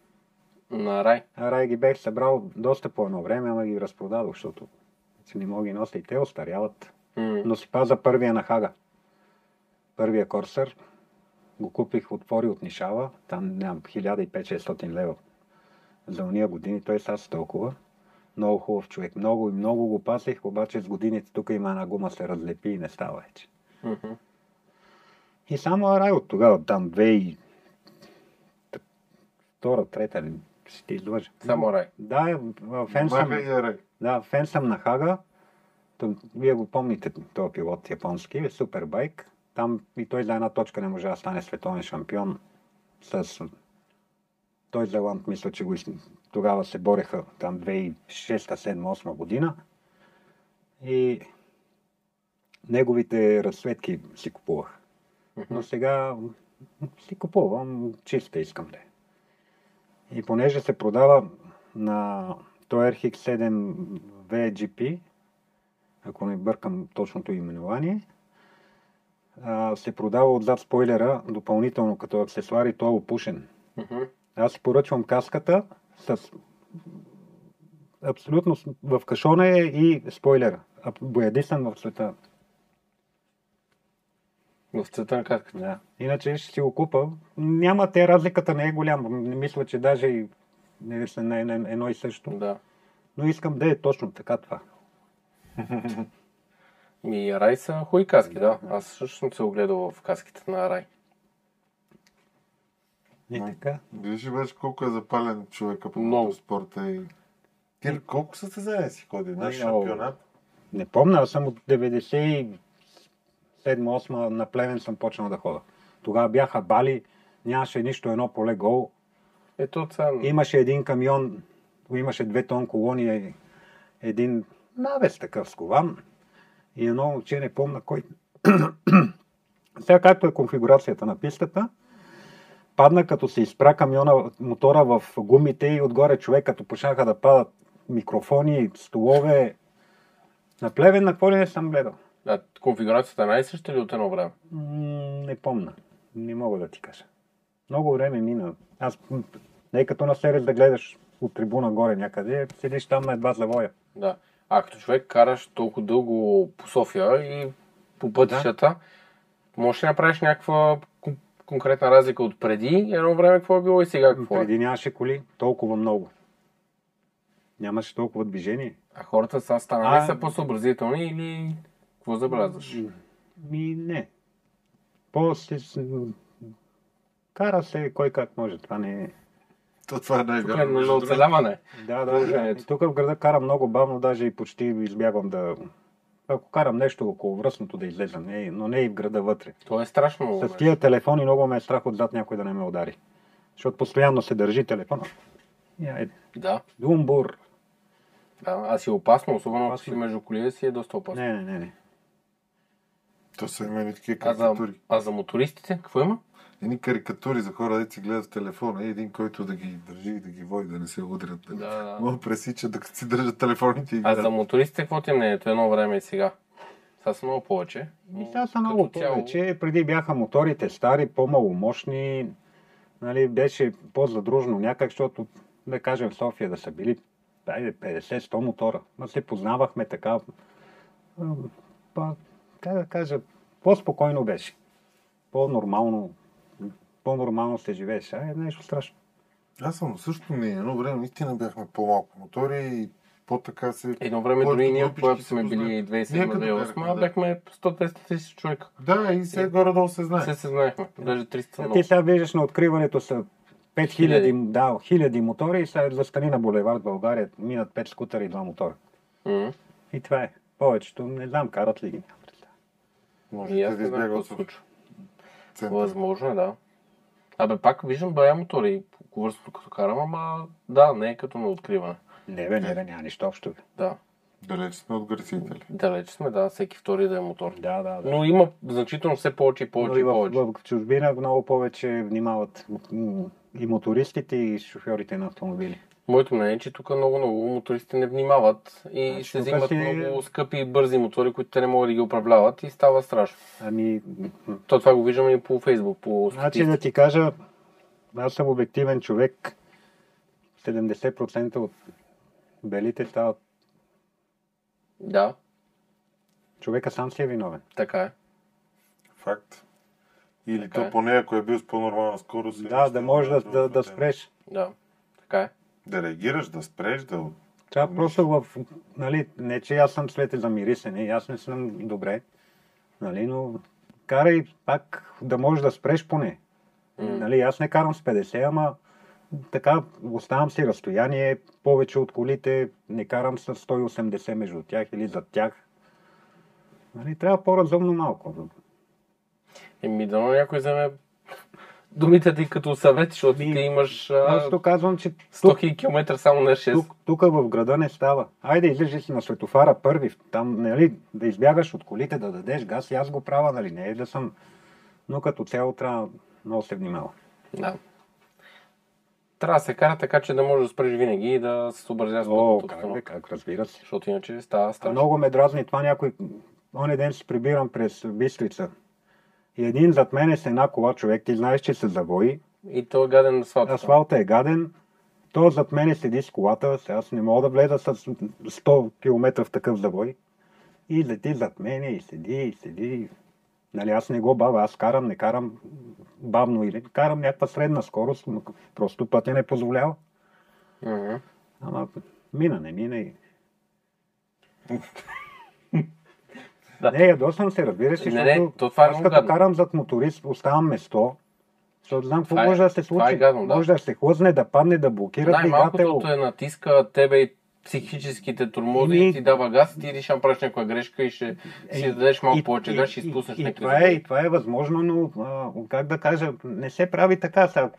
B: На рай.
A: На Рай ги бех събрал доста по едно време, ама ги разпродадох, защото си не мога ги нося и те остаряват.
B: М.
A: Но си паза първия на Хага. Първия Корсър. Го купих от Фори от Нишава. Там нямам 1500-600 лева. За уния години той сега с толкова. Много хубав човек. Много и много го пасих, обаче с годините тук има една гума, се разлепи и не става вече.
B: Мгм.
A: И само Арай от тогава, там 2002-2003, ще ти излъжа.
B: Само рай.
A: Да, е, фен съм,
C: Маха и Арак.
A: да, фен съм на Хага. Там, вие го помните, този пилот японски, е супер байк. Там и той за една точка не можа да стане световен шампион. С... Той за Ланд, мисля, че го из- тогава се бореха там 2006-2007-2008 година. И неговите разсветки си купувах. Но сега си купувам, чиста искам да е. И понеже се продава на той RX7 VGP, ако не бъркам точното именование, а, се продава отзад спойлера допълнително като аксесуар и той е опушен.
B: Мгм.
A: Аз си поръчвам каската с абсолютно с- в кашона е и спойлера. Аб- Боядисан в света.
B: В цвета на катката.
A: Да. Иначе ще си го купа. Няма те, разликата не е голяма. Не мисля, че даже и не са на едно- едно и също.
B: Да.
A: Но искам да е точно така това.
B: Ми Рай са хубави каски, да. Аз също съм се огледал в каските на Рай.
A: И така.
C: Виж вече колко е запален човека по
B: Много.
C: спорта и... Ти колко състезания си ходи? Наш
A: Много.
C: шампионат?
A: Не помня, аз съм от 97-8 на плевен съм почнал да хода. Тогава бяха бали, нямаше нищо едно поле гол.
B: Ето от сега...
A: Имаше един камион, имаше две тон колони, е- един навес такъв с колан и едно момче, не помна кой. Сега както е конфигурацията на пистата, падна като се изпра камиона, мотора в гумите и отгоре човек, като почнаха да падат микрофони, столове. На плевен на какво ли не съм гледал?
B: А, конфигурацията е най-съща ли от едно време?
A: М, Не помна. Не мога да ти кажа. Много време мина. Аз м, не е като на сервис да гледаш от трибуна горе някъде, седиш там на едва завоя.
B: Да. А като човек караш толкова дълго по София и по пътищата, можеш ли да направиш някаква кон- конкретна разлика от преди едно време, какво е било и сега какво е?
A: Преди нямаше коли толкова много. Нямаше толкова движение.
B: А хората са станали
A: А-
B: са по-съобразителни или какво забелязваш?
A: Ми не. После с- м, кара се кой как може. Това не е.
C: То това е
B: Тук е
C: най-вярно.
B: на
C: между другото.
B: оцеляване.
A: Да, е. да.
B: Положението.
A: И тук в града кара много бавно, даже и почти избягвам да... Ако карам нещо около връзното да излеза, не, е- но не е и в града вътре.
B: То е страшно много.
A: С
B: бе.
A: тия телефони много ме е страх отзад някой да не ме удари. Защото постоянно се държи телефона. И айде.
B: Да,
A: Думбур.
B: да. А си е опасно, особено ако си
A: Опасно.
B: между колите си е доста опасно.
A: Не, не, не, не.
C: То са имали такива
B: А за,
C: карикатури.
B: а за мотористите, какво има?
C: Едни карикатури за хора, дето си гледат в телефона и един, който да ги държи и да ги води, да не се удрят. нали?
B: да.
C: Много пресича, докато си държат телефоните и
B: А за
C: гледат.
B: мотористите, какво ти е мнението едно време и сега? Сега са много повече.
A: И
B: но
A: сега са
B: като
A: много
B: цяло-
A: повече. Преди бяха моторите стари, по-маломощни. Нали, беше по-задружно някак, защото да кажем в София да са били айде, 50-100 мотора. Ма се познавахме така. ам, Па, как да кажа, по-спокойно беше. По-нормално. По-нормално се живееше. А е нещо страшно.
C: Аз съм на същото мнение. е. Едно време наистина бяхме по-малко мотори и по-така се...
B: Едно време
C: Повечето
B: дори ние,
C: групички
B: когато
C: се
B: сме били
C: познават. Някъде
B: 2007-2008,
C: бяхме, да.
B: бяхме 100-200 тисячи човека.
C: Да, и сега горе-долу се знае.
B: Все е, се знаехме, даже 300
A: Е,
B: много.
A: Ти сега виждаш на откриването са 5000,
B: Хиляди.
A: да, хиляди мотори и сега застани на булевард България, минат 5 скутера и 2 мотора.
B: Мгм.
A: И това е. Повечето, не знам, карат ли ги. Нямам представа.
C: Може
B: И аз
C: да
B: не знам
C: избяга
B: какво
C: от
B: се случва.
C: центъра.
B: Възможно е, да. Абе, пак виждам бая мотори, ковърството като карам, ама да, не е като на откриване.
A: Не бе, не бе, няма нищо общо. бе.
B: Да,
C: Далеч сме от гърците ли?
B: далеч сме, да, всеки втори да е мотор.
A: Да, да, да.
B: Но има значително все повече и
A: Но
B: повече
A: и
B: и
A: в,
B: повече.
A: в, чужбина много повече внимават м, и мотористите, и шофьорите на автомобили.
B: Моето мнение е, че тук много-много мотористи не внимават и
A: Значи,
B: ще
A: тук
B: взимат
A: си-
B: много скъпи и бързи мотори, които те не могат да ги управляват и става страшно.
A: Ами, м, м.
B: То това го виждаме и по Фейсбук, по
A: значи да
B: статистика.
A: ти кажа, аз съм обективен човек. 70% от белите стават.
B: Да,
A: Човека сам си е виновен.
B: така е.
C: Факт. Или
B: Така е.
C: то поне, ако е бил с по-нормална скорост. или
A: Да,
C: ще
A: да можеш да,
C: е
A: да, да спреш.
B: Да, така е.
C: Да реагираш, да спреш, да...
A: Трябва просто в... Нали, не, че аз съм след за мирисене, и аз не съм добре, нали, но карай пак да можеш да спреш поне. Нали, аз не карам с 50, ама така, оставам си разстояние повече от колите, не карам с 180 между тях или зад тях. Нали, трябва по-разумно малко.
B: Еми, дано някой вземе думите ти като съвет, защото ти имаш а,
A: Аз тук казвам, че
B: 100 км само на 6.
A: тук, тук в града не става. Айде, излежи си на светофара първи, там, нали, да избягаш от колите, да дадеш газ, и аз го правя, нали, не е да съм... Но като цяло трябва много се внимава.
B: Да. Трябва да се кара така, че да можеш да спреш винаги и да се съобразя с
A: О, как, бе,
B: пътната обстановка.
A: как, разбира се.
B: Защото иначе става
A: А
B: страшно.
A: много ме дразни това някой. Оня ден се прибирам през Бистрица. И един зад мене с една кола човек, ти знаеш, че се завои.
B: И то е гаден асфалт.
A: Асфалта е гаден. Той зад мене седи с колата. Сега аз не мога да влеза с 100 км в такъв завой. И лети зад мене и седи, и седи. Нали, аз не го бавя, аз карам, не карам бавно или карам някаква средна скорост, но просто пътя не позволява.
B: Мгм.
A: Ама мина, не мина и...
B: Да.
A: Не, ядосвам се, разбира се,
B: Не, не,
A: защото
B: то това е
A: аз
B: много
A: като
B: гадно.
A: карам зад моторист, оставам место, защото знам какво
B: Това е-
A: може да се
B: това е
A: случи.
B: гадно, да.
A: може да се хлъзне, да падне, да блокира двигател.
B: Най-малкото е те натиска тебе и психическите турмози
A: Ами-
B: и ти дава газ, ти решаваш правиш някаква грешка и ще си дадеш малко повече газ, ще изпуснеш
A: Е, и, и,
B: някакви
A: това е,
B: забави.
A: и това е възможно, но а, как да кажа, не се прави така. Сега,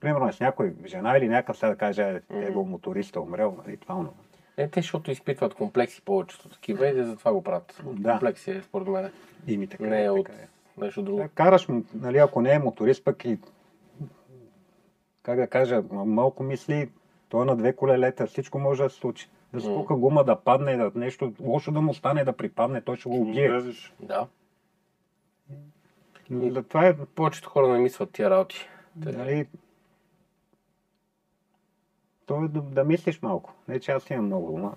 A: примерно с някой жена или някакъв сега да каже, е, е бил моториста, умрел, нали, това онова.
B: Е, те, защото изпитват комплекси повечето такива и затова го правят.
A: Да.
B: Комплекси е, според мен.
A: И ми така,
B: Не е
A: така
B: от
A: е.
B: нещо друго.
A: Да, караш, м, нали, ако не е моторист, пък и как да кажа, м- малко мисли, той е на две колелета, всичко може да се случи. Да спука гума, да падне, да нещо лошо да му стане, да припадне, той ще го убие.
C: Влезеш.
B: Да.
A: Да, това е,
B: Повечето хора не мислят тия работи. Те-
A: нали, то е да, да мислиш малко. Не, че аз имам много ума.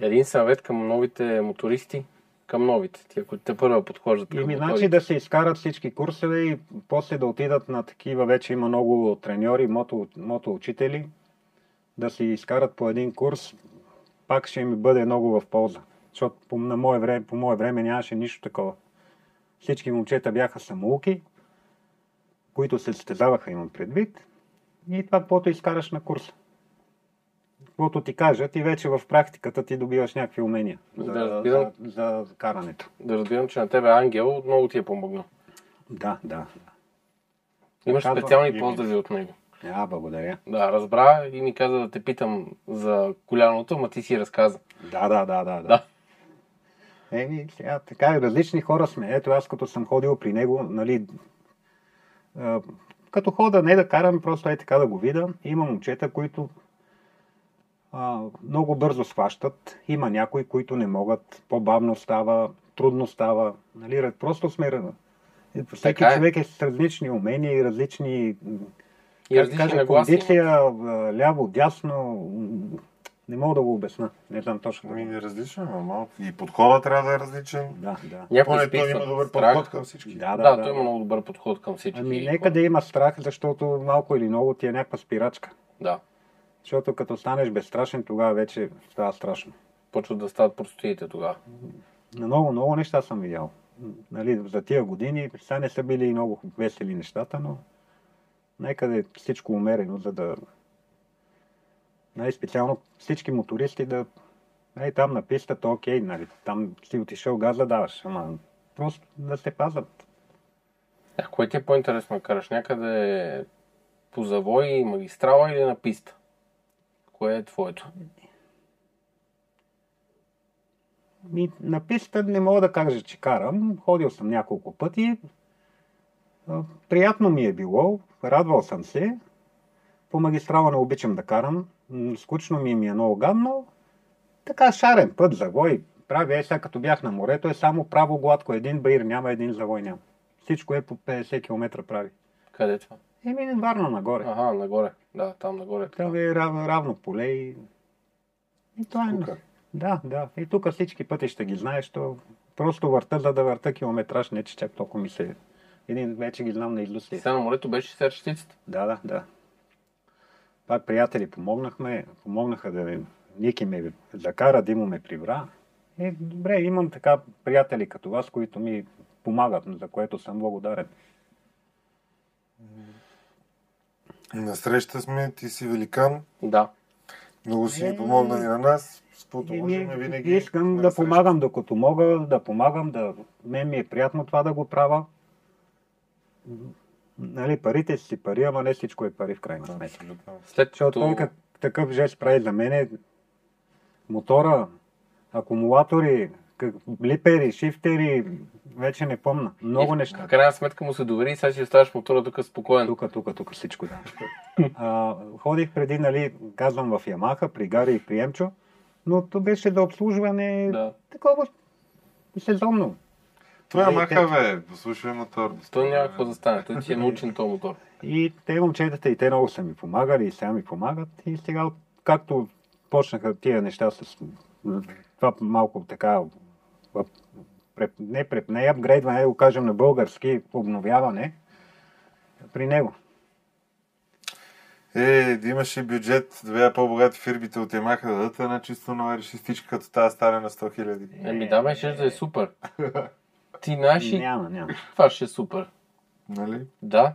B: Един съвет към новите мотористи, към новите, тия, които те първа подхождат към
A: Ими,
B: моторите.
A: значи да се изкарат всички курсове и после да отидат на такива, вече има много треньори, мото, мотоучители, да се изкарат по един курс, пак ще ми бъде много в полза. Защото по, на мое време, по мое време нямаше нищо такова. Всички момчета бяха самоуки, които се състезаваха, имам предвид, и това, каквото изкараш на курса. Каквото ти кажат и вече в практиката ти добиваш някакви умения за,
B: Да,
A: за,
B: разбирам.
A: за карането.
B: Да разбирам, че на тебе Ангел много ти е помогнал.
A: Да, да.
B: Имаш
A: Казва,
B: специални
A: Ивлис.
B: поздрави от него.
A: А, благодаря.
B: Да, разбра и ми каза да те питам за коляното, ма ти си разказа.
A: Да, да, да, да. да.
B: Да.
A: Еми, сега така и различни хора сме. Ето аз като съм ходил при него, нали, а, като хода не да карам, просто е така да го видя. Има момчета, които а, много бързо схващат. Има някои, които не могат. По-бавно става, трудно става. Нали, ра- просто сме... ра- Всеки
B: Така е.
A: човек е с различни умения и различни
B: И
A: как
B: различни
A: кажа,
B: нагласи.
A: Кондиция, а, ляво, дясно, м, не мога да го обясна. Не знам точно.
C: Ами,
A: Как.
C: не различен, но малко. И подходът трябва да е различен.
A: Да, да.
B: Някой
C: Поне той има
B: изпитва
C: добър
B: страх.
C: подход към всички.
A: Да, да,
B: Да,
A: да.
B: той има много добър подход към всички.
A: Ами, нека да има страх, защото малко или много ти е някаква спирачка.
B: Да,
A: Защото като станеш безстрашен, тогава вече става страшно.
B: почват да стават простотиите тогава.
A: На много, много неща съм видял. М, Нали, за тия години сега не са били и много весели нещата, но нека да е всичко умерено, за да най-специално всички мотористи да ей там на пистата, окей, нали, там си отишъл газа даваш, ама просто да се пазят.
B: А кое ти е по-интересно да караш? Някъде по завой и магистрала или на писта? Кое е твоето?
A: Ми, на писта не мога да кажа, че карам. Ходил съм няколко пъти. А, Приятно ми е било. Радвал съм се. По магистрала не обичам да карам. М, Скучно ми, е, ми е много гадно. Така шарен път, завой. Прави, е сега като бях на морето, е само право гладко. Един баир няма, един завой няма. Всичко е по 50 км прави.
B: Къде е това?
A: Еми, варна нагоре.
B: Ага, нагоре. Да, там нагоре.
A: Там е рав- равно поле и... И това е...
C: Тука.
A: Да, да. И тук всички пътища ги знаеш, то просто върта, за да върта километраж, не че чак толкова ми се... Един вече ги знам на
B: И
A: излюсти.
B: сега на морето беше серчетицата.
A: Да, да, да. Пак приятели помогнахме, помогнаха да ми... Ники ме закара, Димо ме прибра. Е, добре, имам така приятели като вас, които ми помагат, за което съм благодарен.
C: Насреща сме, ти си великан,
B: Да.
C: много си
A: Е,
C: ни помогнал и на нас. С каквото
A: Еми,
C: можем винаги.
A: искам
C: сме
A: да
C: насреща.
A: помагам докато мога, да помагам, да... Мен ми е приятно това да го правя. Нали, парите си пари, ама не всичко е пари в крайна сметка.
C: Абсолютно.
B: След
A: Защото
B: като...
A: той как, такъв жест прави за мене. Мотора, акумулатори, как, липери, шифтери, вече не помна. Много
B: И
A: неща.
B: В крайна сметка му се довери и сега ще оставаш мотора тук спокоен.
A: Тук, тук, тук всичко. Да. А, ходих преди, нали, казвам в Ямаха, при Гари и при Емчо, но то беше за обслужване
B: Да.
A: такова сезонно.
C: Това е
A: Нали,
C: маха, бе. Послушай мотор.
B: Той няма какво да стане. Той ти е научен този мотор.
A: И те момчетата и те много са ми помагали и сега ми помагат. И сега, както почнаха тия неща с това малко така, в- преп, не, преп, не апгрейдване, да го кажем на български, обновяване при него.
C: Е, да имаше бюджет, две по-богати фирмите от Ямаха да дадат една чисто нова решистичка, като тази стара на 100 хиляди.
B: Еми да, бе, ще да е супер. Ти наши,
A: Няма, няма.
B: това ще е супер.
C: Нали?
B: Да.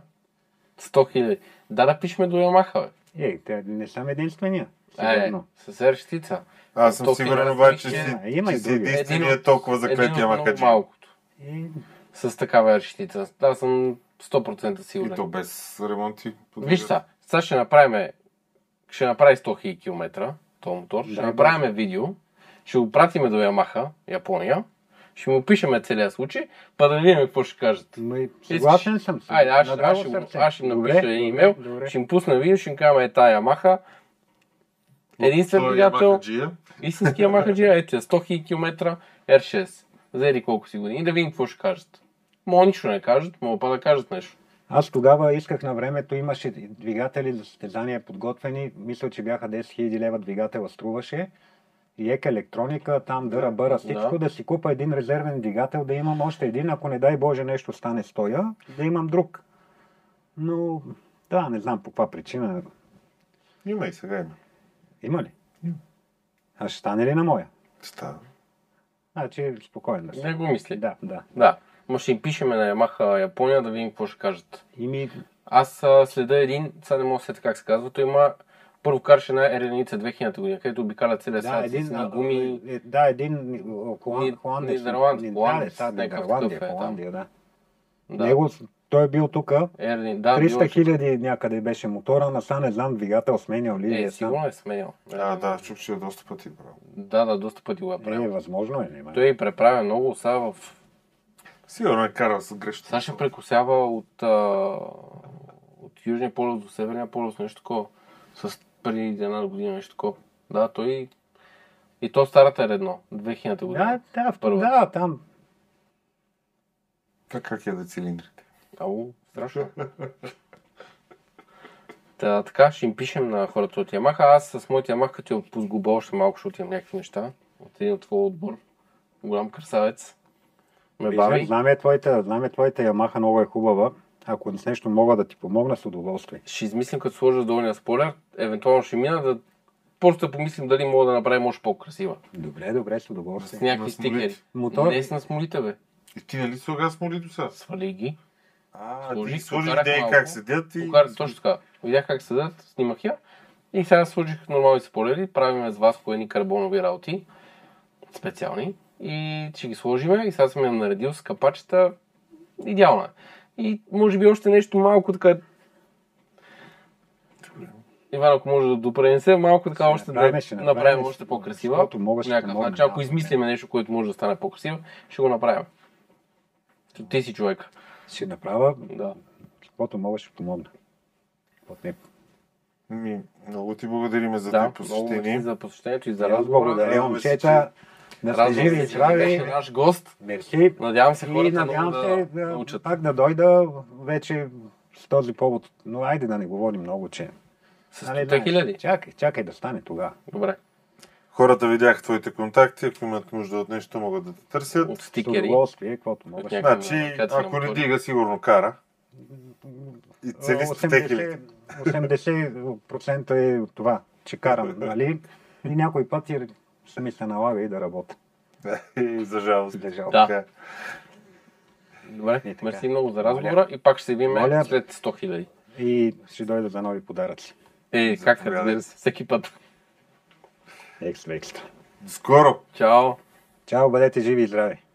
B: 100 хиляди. Да, да пишем до Ямаха, бе.
A: Е, те не съм единствения.
B: Е,
A: Сигурно.
B: с ерщица.
C: Аз съм
B: 100
C: сигурен
B: хиляди е
C: обаче, че
B: различия.
C: си,
A: Има, има
C: че
A: и
C: си
A: други.
C: единственият толкова заклет Ямаха
B: много малкото.
A: И,
B: С такава ерщица. Да, съм 100%
C: И
B: сигурен.
C: то без ремонти.
B: Виж сега, сега ще направим, ще направи 100 000 км, този мотор, ще
A: Да,
B: направим видео, ще го пратиме до Ямаха, Япония, ще му пишеме целият случай, па да видим какво ще кажат.
A: ма, и
B: Искаш?
A: съгласен съм. с-
B: Айде, аз,
A: на
B: ще- аз,
A: драго
B: ще, го-
A: сърце.
B: аз ще
A: Добре,
B: напиша един имейл,
A: добре, добре.
B: ще им пусна видео, ще им кажем е тая Ямаха.
C: е
B: Единствен двигател, истински Ямаха Джия, ето е 100 000 км, R6, за еди колко си години, да видим какво ще кажат. Мога нищо не кажат, мога па да кажат нещо.
A: Аз тогава исках на времето, имаше двигатели за състезания подготвени, мисля, че бяха 10 000 лева двигатела струваше. И ек електроника, там дъра, бъра, всичко, да. си купа един резервен двигател, да имам още един, ако не дай Боже нещо стане стоя, да имам друг. Но, да, не знам по каква причина.
C: Има и сега има.
A: Има ли? А ще стане ли на моя?
C: Става.
A: Значи, спокоен да съм.
B: Не го мисли.
A: Да, да.
B: Да. Ма ще им пишеме на Ямаха Япония да видим какво ще кажат.
A: И ми,
B: Аз а, следа един, сега не мога да се сетя как се казва, той има първо караше една Ереница 2000 година, където обикаля целия
A: да,
B: свят с
A: един,
B: на гуми.
A: е, да, един о,
B: Ни-
A: холан- холандец.
B: нидерландец,
A: ни-
B: холандец,
A: да, да,
B: някакъв
A: Нидерландия,
B: такъв е там.
A: Холандия, да.
B: Да.
A: Него, той е бил тук,
B: Ерни, да, е
A: 300
B: 300
A: хиляди някъде беше мотора, насам не знам двигател сменял ли
B: Е,
A: е сам.
B: сигурно е сменял.
C: А, да, чух, че е доста пъти, бро.
B: Да, да, доста пъти го е
A: Е,
B: правил.
A: възможно е, нема.
B: Той преправя много, сега, в...
C: Сигурно е карал с грешно.
B: сега ще прекосява от, а... от Южния полюс до Северния полюс, нещо такова. С преди една година, нещо такова. Да, той и то старата е редно, 2000
A: Да,
B: година.
A: да, в-
B: Първо.
A: да, там.
C: Как, как е да цилиндрите?
B: Ау, страшно. Та, така, ще им пишем на хората от Ямаха. Аз с моят Ямаха, като я отпуск губа, още малко ще отивам някакви неща. От един от твоя отбор. Голям красавец. Ме
A: Виждам,
B: бави.
A: Знаме твоята, знаме твоята Ямаха много е хубава. Ако с нещо мога да ти помогна, с удоволствие.
B: Ще измислим, като сложа долния спойлер. Евентуално ще мина да просто да помислим дали мога да направим още по-красива.
A: Добре, добре, с
B: С
A: удоволствие.
B: някакви
C: На смолите.
B: стикери.
A: Мотор?
B: Не с на смолите, бе.
C: И ти нали сега смоли до сега?
B: Свали ги.
C: А,
B: Сложих,
C: ти сложи
B: покарах
C: идеи
B: малко.
C: как седят и...
B: Покар, точно така. Видях как седят, снимах я. И сега сложих нормални спойлери, правиме с вас едни карбонови работи, специални. И ще ги сложиме и сега съм я наредил с капачета. Идеална е. И може би още нещо малко така... Иван, ако може да допренесе, малко така
A: Ще
B: още да
A: направим, ще
B: направим,
A: направим,
B: още по-красива.
A: защото мога, ще
B: някакъв
A: помогна,
B: начин. Ако
A: да.
B: измислиме нещо, което може да стане по-красиво, ще го направим. Ти си човек.
A: Ще направя,
B: Да.
A: с каквото мога ще помогна. От не-
C: Ми, много ти благодарим за
B: Да,
C: това
B: много мерси
C: посещение.
B: за посещението и
A: И
B: за
A: Аз
B: разговора.
A: благодаря,
C: радваме се,
A: момчета. Да сте
B: Радвам
A: живи и
B: се, че беше
A: здрави.
B: наш гост.
A: Мерси.
B: Надявам се
A: И
B: хората
A: надявам
B: много
A: се
B: да,
A: да,
B: научат.
A: пак да дойда вече с този повод. Но айде да не говорим много, че...
B: С
A: Нали,
B: 100 хиляди.
A: Чакай, чакай да стане тогава.
B: Добре.
C: Хората видяха твоите контакти, ако имат нужда от нещо, могат да те търсят.
B: От
A: С
B: стикери. Е,
A: удоволствие, каквото мога.
B: От някакви
C: Значи,
B: локации на
C: ако не
B: мотори.
C: дига, сигурно кара. И цели 100 хиляди.
A: 80%, 80% е това, че карам, нали? И някой път и ми се налага и да работя.
C: И за жалост.
A: За жалост.
B: Да.
C: Така.
B: Добре.
A: И така.
B: Мерси много за
A: Моля.
B: разговора и пак ще се видим
A: Моля.
B: след 100 хиляди.
A: и ще дойда за нови подаръци.
B: Е, как
C: Заповядай.
B: разбира се, всеки път.
A: Екстра, екстра.
C: Скоро!
B: Чао!
A: Чао, бъдете живи и здрави!